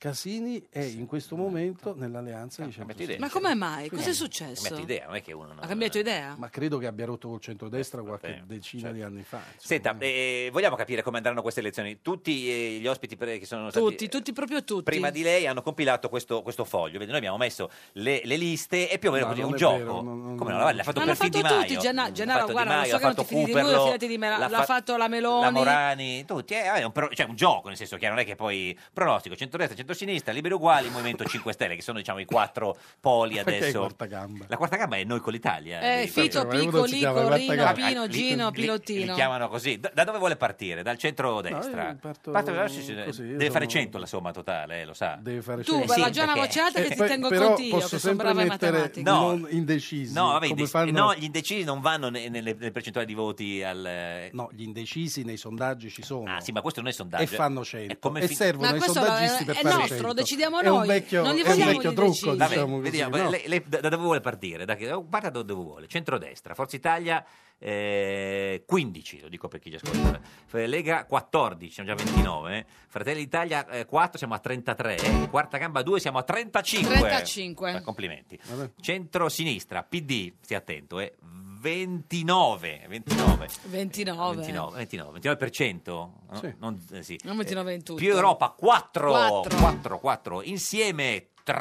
Casini è in questo Esatto. momento Ah, nell'alleanza di centrodestra. Ma come mai? Sì. Cos'è successo? Metti idea, Eh, non è che uno... Ha cambiato idea? Ma credo che abbia rotto col Eh, centrodestra qualche decina cioè di anni fa. Senta, eh, vogliamo capire come andranno queste elezioni. Tutti eh, gli ospiti pre- che sono stati... Tutti, tutti, proprio tutti. prima di lei hanno compilato questo, questo foglio. Vedi, noi abbiamo messo le, le liste e più o meno No, così non un è gioco. vero, non- non- Come no? non- L'ha fatto Ma l'ha per fatto Di tutti, Maio. Genna- l'ha Gennaro, fatto Di guarda, Maio, so che l'ha non ti fatto fidi di lui, Cooperlo, fidati di me, l'ha, l'ha fatto la Meloni. La Morani, tutti, eh, è un, pro- cioè, un gioco nel senso che non è che poi pronostico centrodestra, centrosinistra, liberi uguali, Movimento 5 Stelle, che sono diciamo i quattro poli Perché adesso. quarta gamba? La quarta gamba è noi con l'Italia. Eh, di- Fito, proprio- Pico, Lico, Rino, Ah, Pino, li- Gino, li- Pilotino. Li chiamano così. Da, da dove vuole partire? Dal centro-destra? No, io parto sì, sì, così, io deve fare sono- 100 la somma totale, eh, lo sa. Deve fare Tu, per bella Gianna Vociata, che ti tengo però contiglio, posso che sono sempre brava in mettere matematica. No. non indecisi. No, vabbè, come indec- fanno- no, gli indecisi non vanno ne- nelle, nelle percentuali di voti al... eh, no, gli indecisi nei sondaggi ci sono. Ah sì, ma questo non è sondaggio. E fanno eh. 100. È come e fi- servono Ma i questo sondaggisti è- per è fare nostro, 100. lo decidiamo È un noi, vecchio, non gli è un vogliamo vecchio gli trucco, indecisi. Vabbè, diciamo così, vediamo, no? lei- lei da da dove vuole partire? Da, che- parta da dove vuole. Centrodestra, Forza Italia eh, 15, lo dico per chi ci ascolta. F- Lega 14, siamo già 29. eh. Fratelli d'Italia eh, 4, siamo a 33. eh. Quarta gamba 2, siamo a 35. 35. Eh, complimenti. Centrosinistra, PD, stia attento, eh, 29. 29. 29. 29, 29, 29%? no? Sì. Non, eh, sì. Non 29 in tutto. Più Europa 4, Quattro. 4, 4, insieme 3.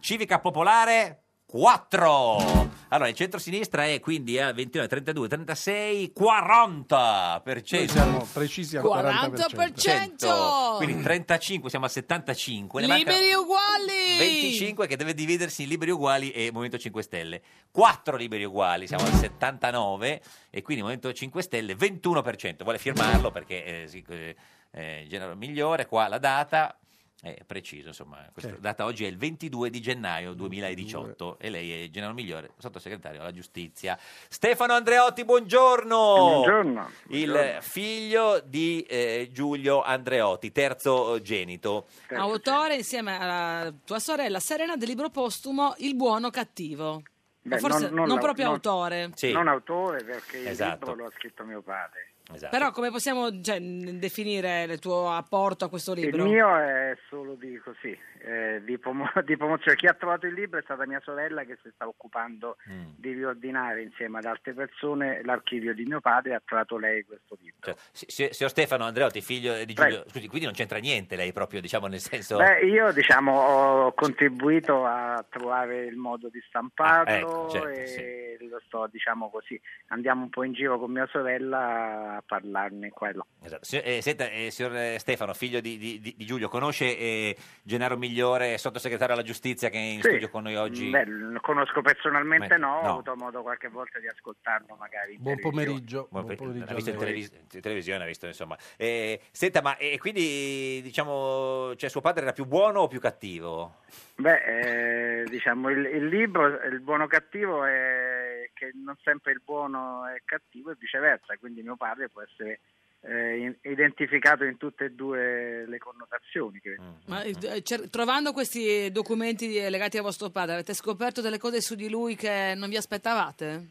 Civica Popolare 4. Allora, il centro-sinistra è quindi a 29, 32, 36, 40%. Noi siamo precisi al 40%. 40%. Quindi 35 siamo a 75, ne manca Liberi uguali! 25 che deve dividersi in liberi uguali e Movimento 5 Stelle. 4 liberi uguali, siamo al 79 e quindi Movimento 5 Stelle 21%. Vuole firmarlo perché eh, sì, eh, eh, Gennaro migliore, qua la data è preciso, insomma, questa Certo. data oggi è il 22 di gennaio 2018 e lei è Gennaro Migliore, sottosegretario alla giustizia. Stefano Andreotti, buongiorno. Buongiorno. Il Buongiorno. figlio di eh, Giulio Andreotti, terzo eh, genito. Autore insieme alla tua sorella Serena del libro postumo Il buono cattivo. Beh, Ma forse non, l'aut- proprio non- autore. Non autore perché Esatto. il libro lo ha scritto mio padre. Però come possiamo cioè, n- definire il tuo apporto a questo Il libro? mio è solo di così, eh, di, promo- di promozione. Chi ha trovato il libro è stata mia sorella che si sta occupando Mm. di riordinare insieme ad altre persone l'archivio di mio padre e ha trovato lei questo libro. Cioè, si- si- signor Stefano Andreotti, figlio di Giulio, scusi, quindi non c'entra niente lei proprio, diciamo nel senso... Beh, io diciamo ho contribuito a trovare il modo di stamparlo Ah, ecco, certo, e lo sto diciamo così. Andiamo un po' in giro con mia sorella a parlarne quello. Esatto. Si- eh, senta, eh, signor eh, Stefano, figlio di, di- di- di Giulio, conosce eh, Gennaro Migliore, sottosegretario alla giustizia che è in Sì. studio con noi oggi? Beh, lo conosco personalmente, Beh, no, no. ho avuto modo qualche volta di ascoltarlo magari. in Buon televisione. pomeriggio. Buon buon pomeriggio. pomeriggio L'ha visto in a lei. televis- in televisione, ha visto, insomma. Eh, senta, ma eh, quindi diciamo, cioè, suo padre era più buono o più cattivo? Beh, eh, diciamo, il, il libro, il buono cattivo è che non sempre il buono è cattivo e viceversa, quindi mio padre può essere eh, in- identificato in tutte e due le connotazioni. Che... Ma, eh, cer- trovando questi documenti eh, legati a vostro padre, avete scoperto delle cose su di lui che non vi aspettavate?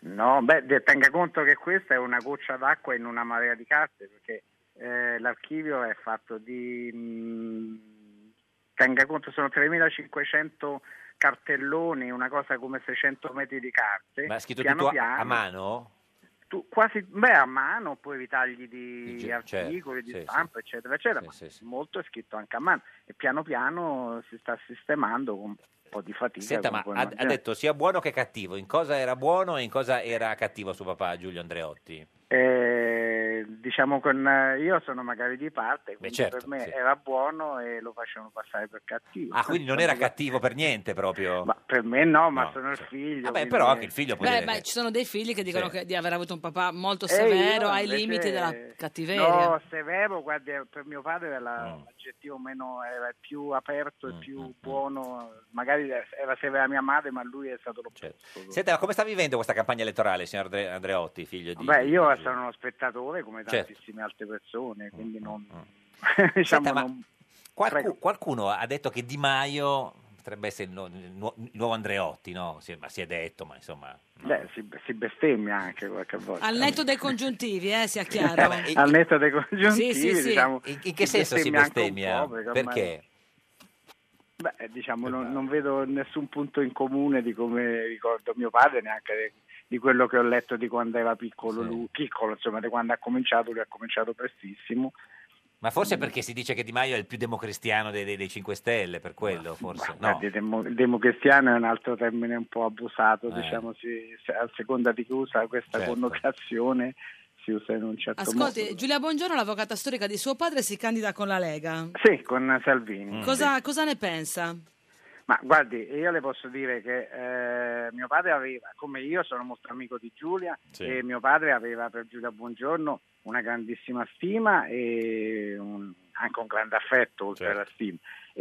No, beh, de- tenga conto che questa è una goccia d'acqua in una marea di carte, perché eh, l'archivio è fatto di... mh, tenga conto, sono 3.500 cartelloni, una cosa come 600 metri di carte. Ma ha scritto piano tutto a- piano, a mano? tu- quasi, beh, a mano, oppure i tagli di, Di ge- certo, articoli, di sì, stampa, eccetera, eccetera, ma molto è scritto anche a mano e piano piano si sta sistemando con un po' di fatica. Senta, come ma puoi ha, ha immaginare. detto sia buono che cattivo. In cosa era buono e in cosa era cattivo suo papà Giulio Andreotti? Eh, diciamo con eh, io sono magari di parte, quindi certo, per me sì. era buono e lo facevano passare per cattivo. Ah, quindi non era cioè. cattivo per niente proprio. Ma per me no, ma sono il figlio. Vabbè, quindi- però anche il figlio può Beh, dire beh, che- ci sono dei figli che dicono Sì. che di aver avuto un papà molto Eh, severo, io ai invece- limiti della cattiveria. No, severo, guarda, per mio padre era la- Mm. l'aggettivo meno era il più aperto e più buono, magari era severa mia madre, ma lui è stato l'opposto. Senta, ma come sta vivendo questa campagna elettorale, signor Andre- Andreotti, figlio di... Beh, io di- sono uno spettatore come Certo. Mm, tantissime altre persone, quindi non... diciamo, Senta, ma qualcu- qualcuno ha detto che Di Maio potrebbe essere il, nu- il nu- il nuovo Andreotti, no? Si è, ma si è detto, ma insomma... Beh, si, si bestemmia anche qualche volta. Al netto dei congiuntivi, eh, sia chiaro. Al netto dei congiuntivi, Sì, sì, sì. diciamo, In- in In che senso si anche un bestemmia? po', perché ormai- Perché? Eh, Beh, diciamo, non, non vedo nessun punto in comune di come ricordo mio padre, neanche de- di quello che ho letto di quando era piccolo, lui, piccolo, insomma, di quando ha cominciato, lui ha cominciato prestissimo. Ma Mm. forse perché si dice che Di Maio è il più democristiano dei, dei, dei 5 Stelle, per quello, forse. No. Guardi, Eh, demo- il democristiano è un altro termine un po' abusato, Eh. diciamo, si, se- a seconda di chi usa questa Certo. connotazione si usa in un certo modo. Ascolti, Giulia Buongiorno, l'avvocata storica di suo padre, si candida con la Lega. Mm. Sì, con Salvini. Cosa, cosa ne pensa? Ma guardi, io le posso dire che eh, mio padre aveva, come io sono molto amico di Giulia, Sì. e mio padre aveva per Giulia Buongiorno una grandissima stima e un- anche un grande affetto oltre alla stima.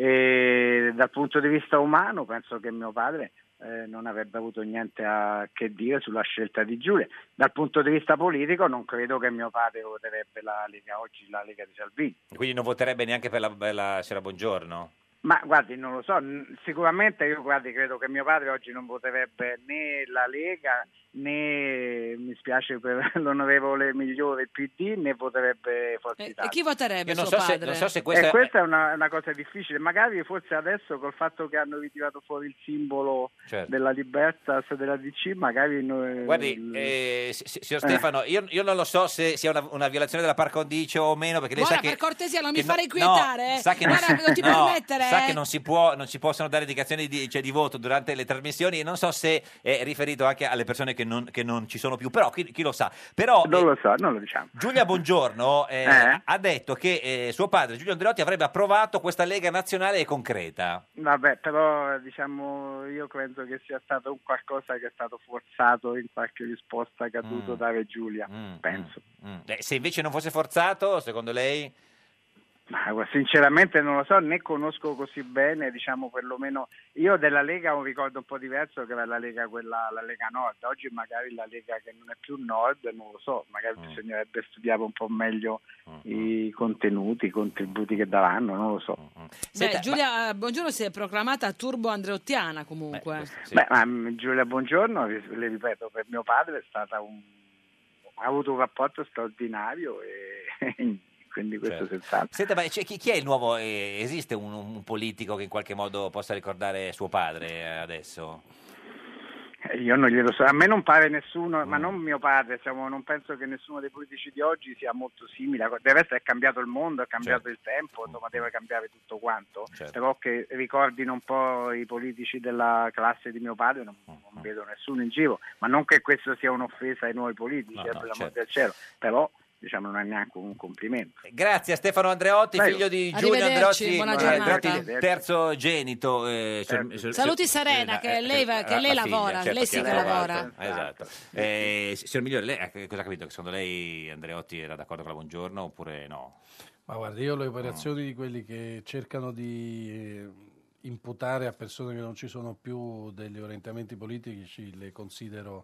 E dal punto di vista umano penso che mio padre eh, non avrebbe avuto niente a che dire sulla scelta di Giulia. Dal punto di vista politico non credo che mio padre voterebbe la Lega oggi, la Lega di Salvini. Quindi non voterebbe neanche per la, per la signora Buongiorno? Ma guardi, non lo so, n- sicuramente io guardi, credo che mio padre oggi non voterebbe né la Lega né, mi spiace per l'onorevole migliore, il PD, né voterebbe Forza Italia. Eh, E chi voterebbe Io non suo so se- padre? non so se E questa- questa, è una, una cosa difficile, magari forse adesso col fatto che hanno ritirato fuori il simbolo Certo. della Libertas e della DC, magari... noi- Guardi, eh, si- si- signor Eh. Stefano, io, io non lo so se sia una, una violazione della par condicio o meno, perché lei Guarda, sa che... per cortesia, non che mi fare no- inquietare. no, eh. sa che non, Guarda, non ti no, permettere. sa eh. che non si, può, non si possono dare indicazioni di, cioè, di voto durante le trasmissioni e non so se è riferito anche alle persone che non, che non ci sono più, però chi, chi lo sa. Però, non lo so, non lo diciamo. Giulia Buongiorno eh, Eh? ha detto che eh, suo padre Giulio Andreotti avrebbe approvato questa Lega nazionale e concreta. Vabbè, però diciamo io credo che sia stato un qualcosa che è stato forzato in qualche risposta che ha dovuto dare Giulia, penso. Mm. Eh, se invece non fosse forzato, secondo lei? Ma Ah, guarda, sinceramente non lo so, né conosco così bene, diciamo perlomeno io della Lega ho un ricordo un po' diverso che era la Lega quella la Lega Nord. Oggi magari la Lega che non è più Nord, non lo so, magari bisognerebbe studiare un po' meglio i contenuti, i contributi che daranno, non lo so. Beh, Giulia eh, Buongiorno si è proclamata turbo andreottiana comunque. Beh, ma mh, Giulia Buongiorno, ris- le ripeto, per mio padre è stata un... ha avuto un rapporto straordinario e quindi questo senz'altro. Senta, ma c'è chi, chi è il nuovo? eh, esiste un, un politico che in qualche modo possa ricordare suo padre eh, adesso? Eh, io non glielo so, a me non pare nessuno, ma non mio padre, siamo- non penso che nessuno dei politici di oggi sia molto simile, del resto è cambiato il mondo, è cambiato il tempo, insomma deve cambiare tutto quanto, Certo. però che ricordino un po' i politici della classe di mio padre non, non vedo nessuno in giro, ma non che questo sia un'offesa ai nuovi politici, No, eh, no, per l'amor certo. del cielo, però diciamo non è neanche un complimento. Grazie a Stefano Andreotti, Prego. figlio di Giulio Arrivederci, Andreotti, buona eh, giornata. Andreotti, terzo genito. eh, sor- sor- Saluti sor- Serena, che è lei va- che la- lei eh, la figlia, lavora, certo, lei sì che ha lavora. lavorato. Esatto. Eh, signor Migliore, lei eh, cosa ha capito? Che secondo lei Andreotti era d'accordo con la Buongiorno oppure no? Ma guarda, io le operazioni di quelli che cercano di eh, imputare a persone che non ci sono più degli orientamenti politici le considero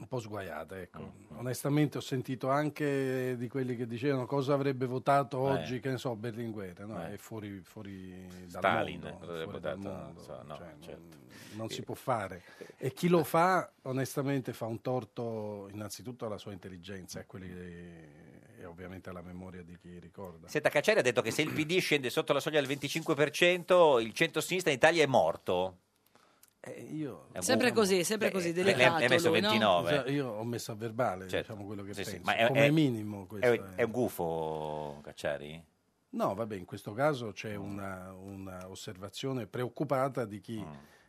un po' sguaiate. Mm, Ecco. Onestamente ho sentito anche di quelli che dicevano cosa avrebbe votato Eh. oggi, che ne so, Berlinguer, no? Eh. è fuori, fuori dal Stalin, mondo, cosa avrebbe fuori dal votato, mondo, non so, no, cioè, non- certo. non Eh. si può fare. E chi lo fa, onestamente, fa un torto innanzitutto alla sua intelligenza e a quelli che- e ovviamente alla memoria di chi ricorda. Senta, Cacciari ha detto che se il PD scende sotto la soglia del 25%, il centro-sinistra in Italia è morto. Eh, È un Sempre bu- così, sempre Beh, così, lei- delicato lei ha messo lui, no? 29. Cioè, io ho messo a verbale Certo. diciamo, quello che Sì, sì, penso, ma è- come è- minimo questo è, è. è un gufo, Cacciari? No, vabbè, in questo caso c'è una, una osservazione preoccupata di chi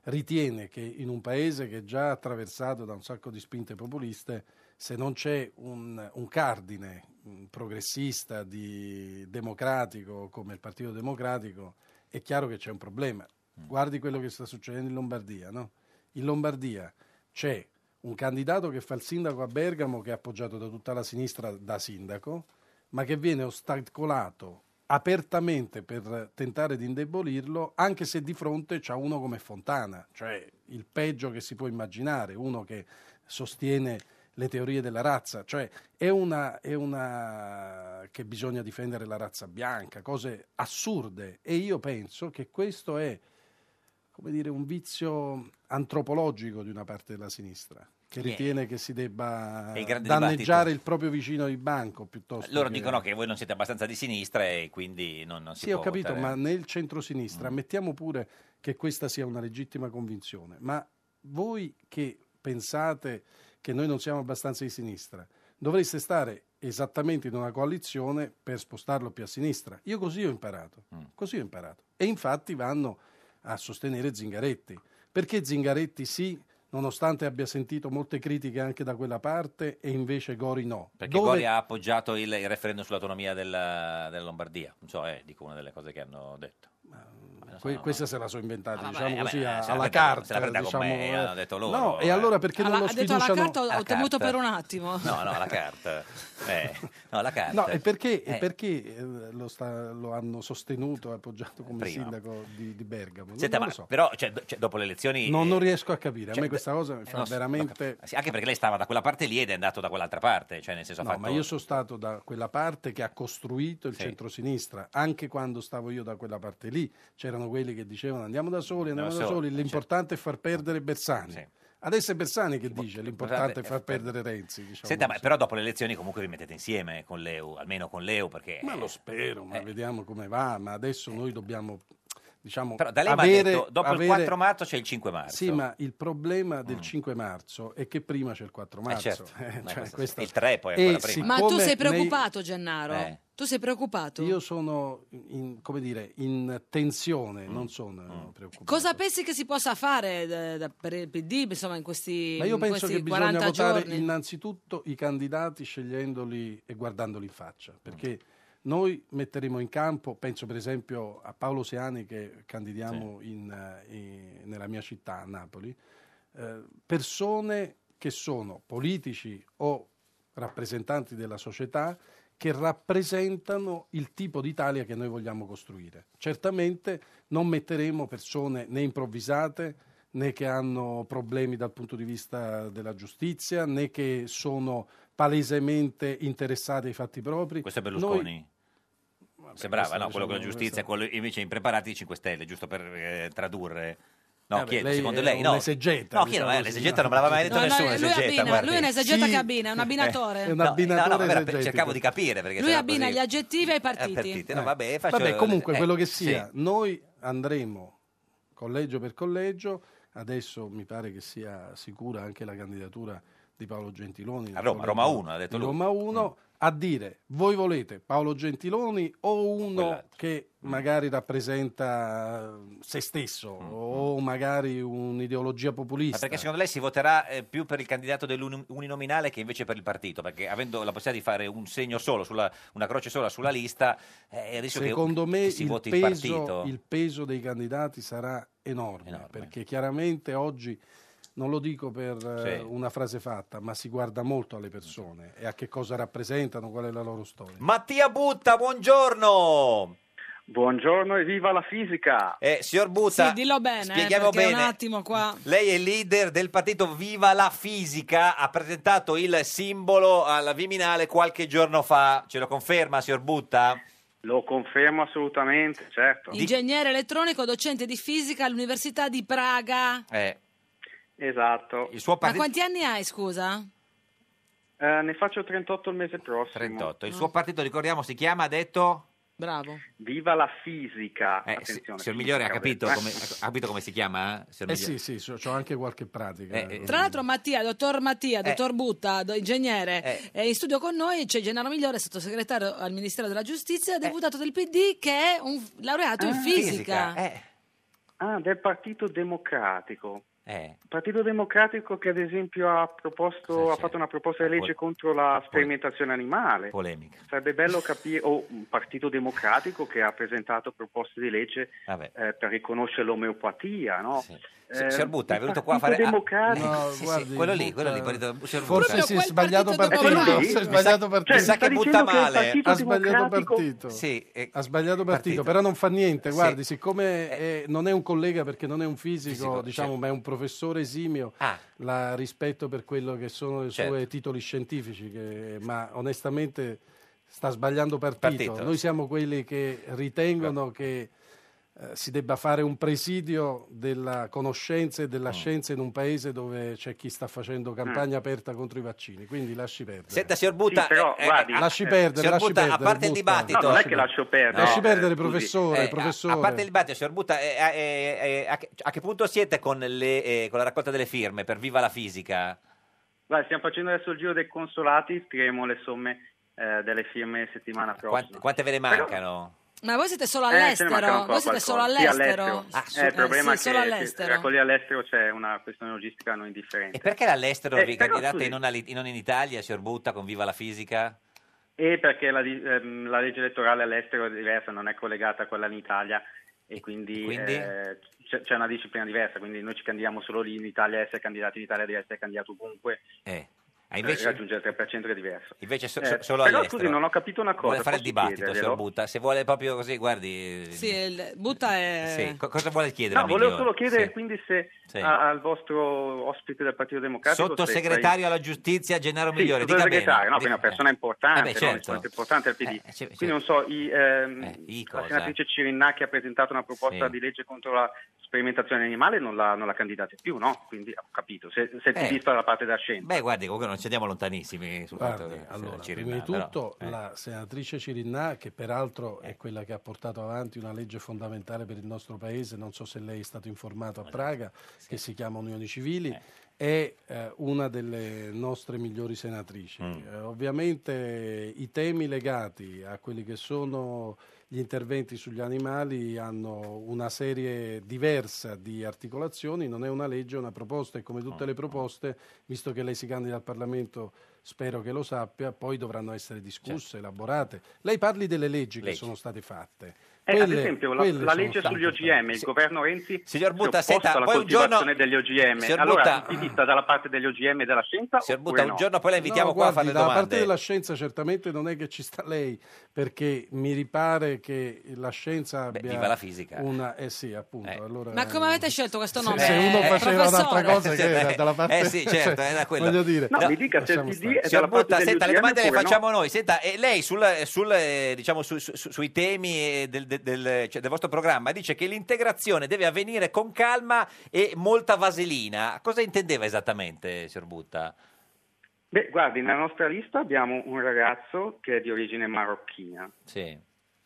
ritiene che in un paese che è già attraversato da un sacco di spinte populiste, se non c'è un, un cardine mh, progressista, di- democratico come il Partito Democratico, è chiaro che c'è un problema. Guardi quello che sta succedendo in Lombardia, no? In Lombardia c'è un candidato che fa il sindaco a Bergamo, che è appoggiato da tutta la sinistra da sindaco, ma che viene ostacolato apertamente per tentare di indebolirlo, anche se di fronte c'è uno come Fontana, cioè il peggio che si può immaginare, uno che sostiene le teorie della razza, cioè è una, è una che bisogna difendere la razza bianca, cose assurde e io penso che questo è come dire, un vizio antropologico di una parte della sinistra che Sì, è- ritiene che si debba è il grande danneggiare dibattito. il proprio vicino di banco piuttosto Loro che- dicono che voi non siete abbastanza di sinistra e quindi non, non si sì, ho può capito, votare. Mm. ma nel centrosinistra mettiamo pure che questa sia una legittima convinzione, ma voi che pensate che noi non siamo abbastanza di sinistra, dovreste stare esattamente in una coalizione per spostarlo più a sinistra. Io così ho imparato, Mm. così ho imparato. E infatti vanno a sostenere Zingaretti, perché Zingaretti sì, nonostante abbia sentito molte critiche anche da quella parte, e invece Gori no. Perché Dove- Gori ha appoggiato il, il referendum sull'autonomia della, della Lombardia. Non so, eh, dico una delle cose che hanno detto. Que- questa se la sono inventata, Ah, vabbè, diciamo vabbè, così, se la a- prenda- alla se la carta. prenda con diciamo, me, eh. hanno detto loro, No, eh. e allora perché Alla- non lo ha detto alla sfiduciano? carta, ho Alla temuto carta. per un attimo. No, no, la carta. Eh, no, la carta. No, e perché, e Eh. perché eh, lo, sta- lo hanno sostenuto e appoggiato come Prima. sindaco di, di Bergamo? non Senta, ma lo so. però cioè, do- cioè, dopo le elezioni... Non, eh, non riesco a capire, a cioè, me questa cosa mi eh, fa non so, veramente... sì, anche perché lei stava da quella parte lì ed è andato da quell'altra parte, cioè nel senso ha No, fatto... ma io sono stato da quella parte che ha costruito il Sì. centrosinistra, anche quando stavo io da quella parte lì, c'erano quelli che dicevano andiamo da soli, andiamo No, da solo, soli, l'importante è far perdere Bersani. Adesso è Bersani che dice l'importante è far perdere Renzi. Diciamo Senta, ma così. però dopo le elezioni comunque vi mettete insieme con l'EU, almeno con l'EU perché... Ma lo spero, eh. ma vediamo come va, ma adesso noi dobbiamo diciamo Però da lei mi ha avere, detto, dopo avere- il 4 marzo c'è il 5 marzo. Mm. Sì, ma il problema del 5 marzo è che prima c'è il 4 marzo. certo. Eh, Ma cioè, questo- questo- il tre poi è E ancora prima. Ma tu siccome sei nei- preoccupato, Gennaro? Eh. Tu sei preoccupato? Io sono, in, come dire, in tensione, non sono preoccupato. Cosa pensi che si possa fare eh, da- da- per il PD insomma, in questi, Ma io in penso questi che bisogna 40 votare giorni? innanzitutto i candidati scegliendoli e guardandoli in faccia, perché noi metteremo in campo, penso per esempio a Paolo Seani che candidiamo in, eh, in- nella mia città, a Napoli, eh, persone che sono politici o rappresentanti della società che rappresentano il tipo d'Italia che noi vogliamo costruire. Certamente non metteremo persone né improvvisate né che hanno problemi dal punto di vista della giustizia né che sono palesemente interessate ai fatti propri. Questo è Noi- Berlusconi. Sembrava, questo, no? Quello con la diciamo, giustizia, quello invece impreparati i 5 Stelle, giusto per eh, tradurre. No, Vabbè, chi è? lei secondo è lei? No, un'esegeta, no chi diciamo no, eh, così, no? l'esegeta non me l'aveva mai detto No, no, nessuno. lui l'esegeta, abbina, guardi. lui è un esegeta che abbina, è un abbinatore. Eh, no, no, no, era- cercavo di capire perché Lui sennò abbina così- gli aggettivi ai Eh, partiti. partite, no, vabbè, faccio- Vabbè, comunque, eh, quello che sì. sia, noi andremo collegio per collegio Adesso mi pare che sia sicura anche la candidatura di Paolo Gentiloni. A Roma, Roma 1, ha detto lui. Mm. Roma 1 a dire voi volete Paolo Gentiloni o uno che Mm. magari rappresenta eh, se stesso o magari un'ideologia Mm, Ma populista. perché secondo lei si voterà eh, più per il candidato dell'uninominale che invece per il partito? Perché avendo la possibilità di fare un segno solo, sulla, una croce sola sulla lista, eh, il rischio che- Secondo che, me si il, voti il peso, partito. il peso dei candidati sarà enorme, perché chiaramente oggi, non lo dico per eh, Sì. una frase fatta, ma si guarda molto alle persone e a che cosa rappresentano, qual è la loro storia. Mattia Butta, buongiorno! Buongiorno e viva la fisica! Eh, signor Butta, Sì, dillo bene, eh, spieghiamo perché bene. un attimo qua. Lei è il leader del partito Viva la Fisica, ha presentato il simbolo alla Viminale qualche giorno fa. Ce lo conferma, signor Butta? Lo confermo assolutamente, certo. Ingegnere elettronico, docente di fisica all'Università di Praga. Esatto. Eh. Il suo Ma quanti anni hai, scusa? Eh, ne faccio 38 il mese prossimo. 38. Ah. Il suo partito, ricordiamo, si chiama, ha detto... Bravo. Viva la fisica! eh. Eh, si- signor Migliore ha capito, come, ha capito come si chiama? eh, signor Eh Migliore? sì, sì, so- c'ho anche qualche pratica. Eh, eh, Tra l'altro Mattia, dottor Mattia, Eh. dottor Butta, do- ingegnere, è in studio con noi c'è Gennaro Migliore, sottosegretario al Ministero della Eh. Giustizia, deputato del PD che è un f- laureato Ah, in fisica. eh. Ah, del Partito Democratico. Eh. Partito Democratico che ad esempio ha, proposto, ha fatto una proposta di legge contro la sperimentazione animale. Polemica. Sarebbe bello capire, o un partito democratico che ha presentato proposte di legge Vabbè. eh, per riconoscere l'omeopatia, no? Si- Eh, signor Butta, è il venuto qua a fare... Partito ah, Democratico. sì, Eh, sì, quello lì, quello lì, partito- signor Forse Butta. si è sbagliato partito partito. dove- si è Eh, sbagliato mi sa- partito. cioè, sta butta dicendo che il Partito Ha sbagliato Democratico- partito. ha sbagliato partito, però non fa niente. Guardi, siccome è- non è un collega perché non è un fisico, Fisico, diciamo, certo. ma è un professore esimio, Ah. la rispetto per quello che sono i Certo. suoi titoli scientifici, che- ma onestamente sta sbagliando partito. Partito. Noi siamo quelli che ritengono che eh, si debba fare un presidio della conoscenza e della scienza in un paese dove c'è chi sta facendo campagna aperta contro i vaccini, quindi lasci perdere. Senta, signor Butta... eh, eh, guardi- ah, Lasci perdere, signor lasci Butta, perdere, a parte il Butta. dibattito... eh. No, non è che lascio perdere. Lasci perdere, scusi. professore, Eh, a- professore. A, parte il dibattito, signor Butta, eh, eh, eh, a, che, a che punto siete con, le, eh, con la raccolta delle firme per Viva la Fisica? Guarda, stiamo facendo adesso il giro dei consolati, scriviamo le somme eh, delle firme Ah, settimana prossima. Quante, quante ve ne mancano? Ma voi siete solo Eh, ce ne manca all'estero? ancora voi siete solo qualcosa. Sì, all'estero? Ah, Eh, il problema Eh, sì, è solo che se all'estero. raccogliere all'estero c'è una questione logistica non indifferente. E perché all'estero Eh, vi però, candidate scusi. e non, all'i- e non in Italia, signor Butta, con Viva la Fisica? E perché la, di- ehm, la legge elettorale all'estero è diversa, non è collegata a quella in Italia e quindi, Quindi? eh, c'è, c'è una disciplina diversa, quindi noi ci candidiamo solo lì in Italia, essere candidati in Italia deve essere candidato ovunque, Eh. Ah, Per invece, raggiungere il 3% che è diverso. invece so- Eh, so- solo però all'estero. scusi, non ho capito una cosa. Vuole fare il posso dibattito, chiederglielo? signor Butta? Se vuole proprio così, guardi... eh, Sì, eh. il- Butta è... sì. Co- cosa vuole chiedere? No, al volevo migliore? solo chiedere Sì. quindi se Sì. a- al vostro ospite del Partito Democratico... se- Sottosegretario alla giustizia Gennaro Sì, Migliore, dica bene. sottosegretario, no, quindi Dica- una persona importante, Eh beh, no, certo. un'esponente importante del PD. cioè, Quindi non so, i, ehm, la eh, cosa? senatrice Cirinnacchi ha presentato una proposta Sì. di legge contro la sperimentazione animale, non la, non la candidate più, no? Quindi ho capito, se, se il Eh. PD sta dalla parte della scienza. Beh, guardi, comunque non ci andiamo lontanissimi sul Guardi, fatto che allora, ci prima di rinna- però- tutto la senatrice Cirinna, che peraltro è quella che ha portato avanti una legge fondamentale per il nostro paese, non so se lei è stato informato a Praga, che si chiama Unioni Civili, è eh, una delle nostre migliori senatrici. Eh, ovviamente i temi legati a quelli che sono gli interventi sugli animali hanno una serie diversa di articolazioni, non è una legge, è una proposta e come tutte le proposte, visto che lei si candida al Parlamento, spero che lo sappia, poi dovranno essere discusse, elaborate. Lei parli delle leggi, che Leggi. sono state fatte. Eh, ad Quelle- esempio la, quelle la sono legge state sugli OGM, il governo Renzi Signor Butta, si è opposto senta, alla poi un giorno- coltivazione degli OGM. Signor allora Butta- il PD sta dalla parte degli OGM e della scienza oppure Butta, un no? giorno poi la invitiamo No, qua a guardi, fare le da parte domande. della scienza certamente non è che ci sta lei, perché mi ripare che la scienza abbia... viva la fisica. Una... Eh sì, appunto. allora- Ma come avete scelto questo Se- nome? se uno eh, faceva professore? un'altra cosa che era dalla parte... cioè, Eh sì, certo, era quello. Voglio dire... No, mi dica se il lasciamo PD stare. è Signor Butta, parte degli senta, le UGM domande le oppure no? facciamo noi. Senta, e lei sul, sul, eh, diciamo, su- su- su- sui temi eh, del, del- del- cioè, del vostro programma dice che l'integrazione deve avvenire con calma e molta vaselina. Cosa intendeva esattamente, signor Butta? Ah. Beh, guardi, nella nostra lista abbiamo un ragazzo che è di origine marocchina. Sì.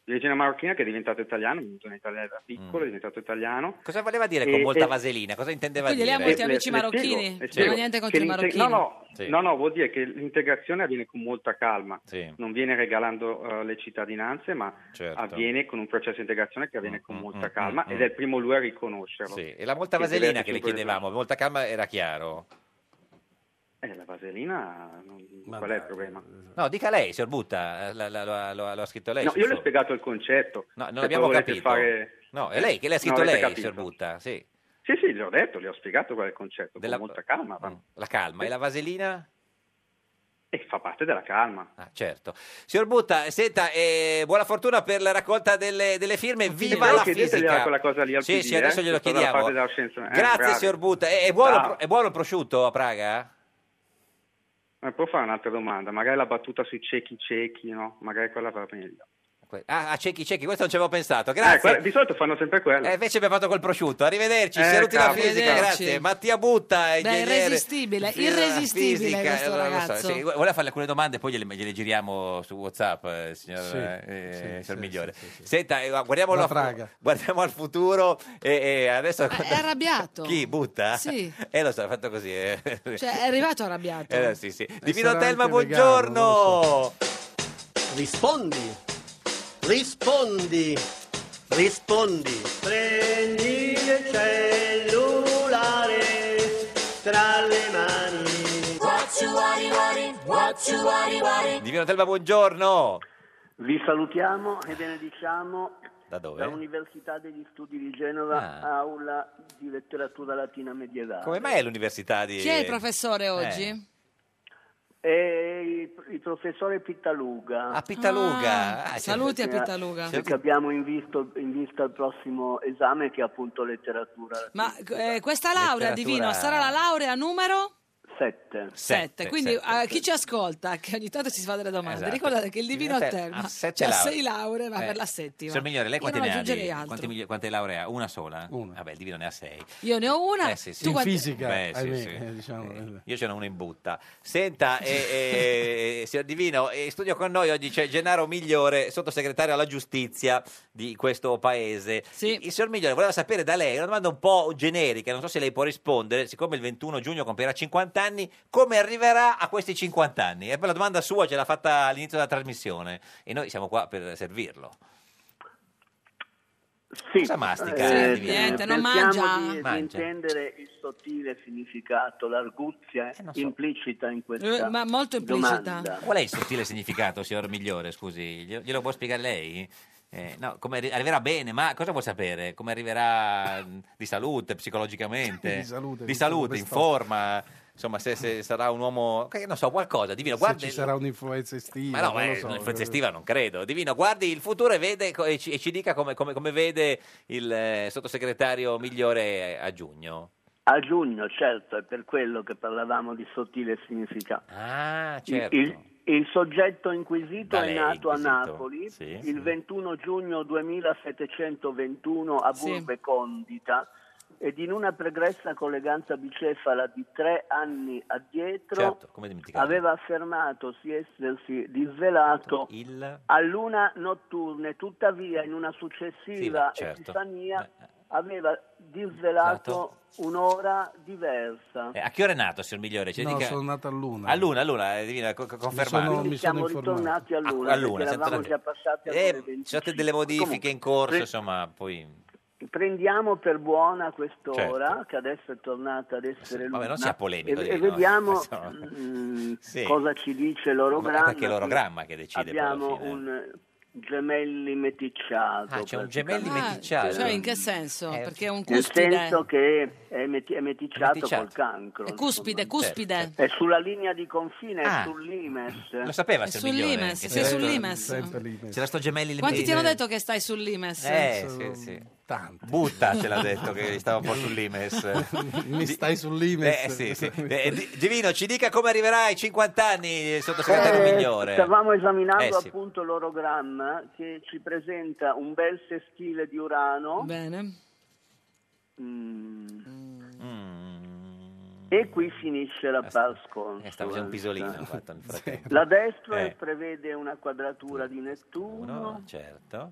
di origine marocchina che è diventato italiano, è venuto in Italia da piccolo, è diventato italiano. Mm. Cosa voleva dire E- con molta e- vaselina? Cosa intendeva Quindi dire? lei ha molti Le- amici le- le marocchini? spiego, le Non spiego. ha niente contro Che i l'inte- marocchini? No, no. No, no, vuol dire che l'integrazione avviene con molta calma, non viene regalando eh, le cittadinanze, ma Certo. avviene con un processo di integrazione che avviene con molta calma mm, ed mm. è il primo lui a riconoscerlo. Sì, E la molta Che vaselina deve che le essere un chiedevamo, molta calma era chiaro. problema. Eh, la vaselina, non- qual è il problema? No, dica lei, signor Butta, eh, la- la- la- lo ha- lo ha scritto lei. No, sul io le ho suo- spiegato il concetto. No, Ah, non Se abbiamo poi volete capito. fare- No, è lei che l'ha Non scritto avete lei, capito. signor Butta, sì. Sì, sì, le ho detto, le ho spiegato qual è il concetto, con molta calma. ma- Mm, La calma. E la vaselina? E fa parte della calma. Ah, certo. Signor Butta, senta, eh, buona fortuna per la raccolta delle, delle firme. Viva Però la chiedetegliela fisica! quella cosa lì al sì, PD, sì, adesso eh, glielo che sono dalla chiediamo. parte della scienza. Eh, Grazie, bravi. signor Butta. È, è buono, il Ciao. pro- è buono il prosciutto a Praga? Ma può fare un'altra domanda? Magari la battuta sui ciechi ciechi, no? Magari quella va meglio. Que- Ah, a ciechi, ciechi, questo non ci avevo pensato. Eh, Grazie. quella- di solito fanno sempre quella. Eh, invece abbiamo fatto col prosciutto. Arrivederci, Eh, saluti la cavolo. fisica, Arrivederci. grazie. Mattia Butta, Beh, irresistibile, irresistibile eh, questo ragazzo. voleva farle alcune domande, poi gliele, gliele giriamo su WhatsApp, eh, signor, Sì, eh, sì, signor sì, Migliore. Senta, eh, guardiamolo La a fu- Praga. guardiamo al futuro e, e adesso È arrabbiato. chi butta? Sì. Eh, lo so, è fatto così. eh. Cioè, è arrivato arrabbiato. Eh, sì, sì. Divino sarà Telma, anche vegano, buongiorno. Rispondi, rispondi, rispondi. Prendi il cellulare tra le mani. What you worry, worry, what you worry, worry. Divino Telma, buongiorno. Vi salutiamo e benediciamo Da dove? dall'Università degli Studi di Genova, Ah. aula di letteratura latina medievale. Come mai è l'università di... Chi è il professore oggi? Eh. E il, il professore Pittaluga. A Ah, Pittaluga. Ah, Ah, saluti a Pittaluga. Perché abbiamo in, visto- in vista il prossimo esame che è appunto letteratura Ma eh, questa laurea, Letteratura- Divino, sarà la laurea numero 7. 7. Quindi a chi ci ascolta, che ogni tanto ci fa delle domande, Esatto. ricordate che il Divino a Divino Terma ha sette ha lauree. 6 lauree, ma Eh, per la settima. Signor Migliore, lei Io quante non ne ha? aggiungerei di- altro. quante, migli- quante laurea? Una sola? Vabbè, il divino ne ha sei. Io ne ho una, Eh, sì, sì. tu In quanti- Ah, fisica, Beh, sì, ahimè, sì. eh, diciamo, eh. Io ce n'ho uno in butta. Senta, eh, eh, signor Divino, eh, in studio con noi oggi c'è Gennaro Migliore, sottosegretario alla giustizia di questo paese. Il signor Migliore voleva sapere da lei una domanda un po' generica, non so se lei può rispondere, siccome il 21 giugno compirà 50 anni, come arriverà a questi 50 anni? E poi la domanda sua ce l'ha fatta all'inizio della trasmissione e noi siamo qua per servirlo. Cosa mastica? Eh, Divino? niente, non Cerchiamo mangia. di- di Mangia. intendere il sottile significato, l'arguzia Eh, implicita in questa Eh, ma molto implicita. domanda. Qual è il sottile significato, signor Migliore? Scusi, glielo, glielo può spiegare lei? Eh, no, come arri- arriverà bene, ma cosa vuol sapere? Come arriverà mh, di salute, psicologicamente? Di salute, Di di salute, salute, in sto- forma. Insomma, se, se sarà un uomo... che Non so, qualcosa, divino, Se guardi... ci sarà un'influenza estiva, Ma no, non eh, lo so. l'influenza estiva non credo. Divino, guardi il futuro e, vede co- e ci, e ci dica come, come- come vede il eh, sottosegretario migliore a giugno. A giugno, certo, è per quello che parlavamo di sottile significato. Ah, certo. Il, il- il soggetto inquisito Da è lei nato a inquisito, Napoli sì, il sì. 21 giugno 2721 a Sì. Burbe Condita ed in una pregressa colleganza bicefala di tre anni addietro Certo, come dimenticare. aveva affermato si essersi disvelato a luna notturne, tuttavia in una Sì, ma successiva certo. epifania aveva disvelato un'ora diversa. Esatto. Eh, a che ora è nato, signor Migliore? Ci No, dica- sono nato a luna. A luna, a luna, eh, divina, co- co- confermato. sono- Quindi siamo ritornati a luna, a luna, perché eravamo esattamente. già passati alle Eh, ore ci 20. sono state delle modifiche Comunque, in corso, pre- insomma, poi... Prendiamo per buona quest'ora, che adesso è tornata ad essere luna. Certo. vabbè, non sia polemico, E, e Divino, eh, vediamo insomma. mm, Sì. cosa ci dice Ma l'orogramma. perché è l'orogramma che decide poi alla Abbiamo fine. un eh, gemelli meticciato. Ah, c'è un gemelli praticamente. meticciato. Cioè, in che senso? Eh, Perché è un Nel cuspide. senso che è, meti- è meticciato, Meticciato. col cancro. È cuspide, Certo. insomma. cuspide. È sulla linea di confine, Ah. è sull'Imes. Lo sapeva, È signor sul Migliore? Limes, che sei c'era sul sto- Limes. C'era sto gemelli lì Quanti ti mezzo. hanno detto che stai sul Limes? Eh, sì, sì. Butta ce l'ha detto che stava un po' sull'Imes. Mi stai sull'Imes. Eh, sì, sì. Eh, Di- Divino, ci dica come arriverà ai 50 anni il sottosegretario Eh, Migliore. Stavamo esaminando Eh, sì. appunto l'orogramma che ci presenta un bel sestile di Urano Bene. Mm. Mm. e E qui finisce la pars consula. Eh, stavo facendo un pisolino. ha fatto nel frattempo. La destra Eh, prevede una quadratura di Nettuno, uno, certo.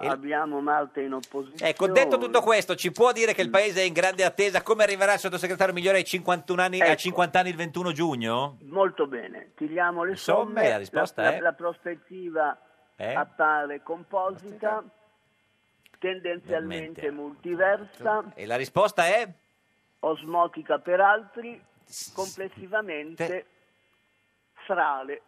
abbiamo Marte in opposizione. Ecco, detto tutto questo, ci può dire che il paese è in grande attesa? Come arriverà il sottosegretario migliore ai 51 anni, a 50 anni il 21 giugno? Molto bene, tiriamo le Somme, somme. la risposta la, è? la prospettiva È? appare composita, tendenzialmente multiversa, E la risposta è? osmotica per altri, complessivamente frale.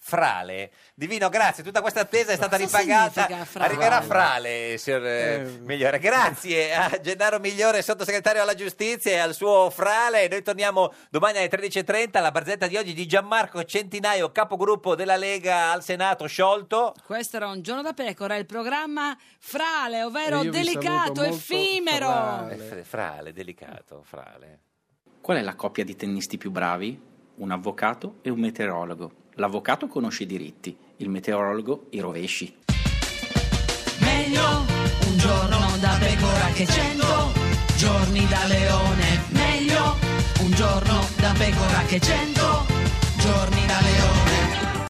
Frale. Divino, grazie. Tutta questa attesa è stata Cosa ripagata. significa frale? Arriverà Frale, signor eh, Migliore. Grazie a Gennaro Migliore, sottosegretario alla giustizia, e al suo Frale. Noi torniamo domani alle 13.30 alla barzetta di oggi di Gianmarco Centinaio, capogruppo della Lega al Senato, sciolto. Questo era un giorno da pecora, il programma frale, ovvero E Eh, io vi delicato, saluto molto effimero. Eh, frale, delicato, frale. Qual è la coppia di tennisti più bravi? Un avvocato e un meteorologo. L'avvocato conosce i diritti, il meteorologo i rovesci. Meglio un giorno da pecora che cento giorni da leone. Meglio un giorno da pecora che cento giorni da leone.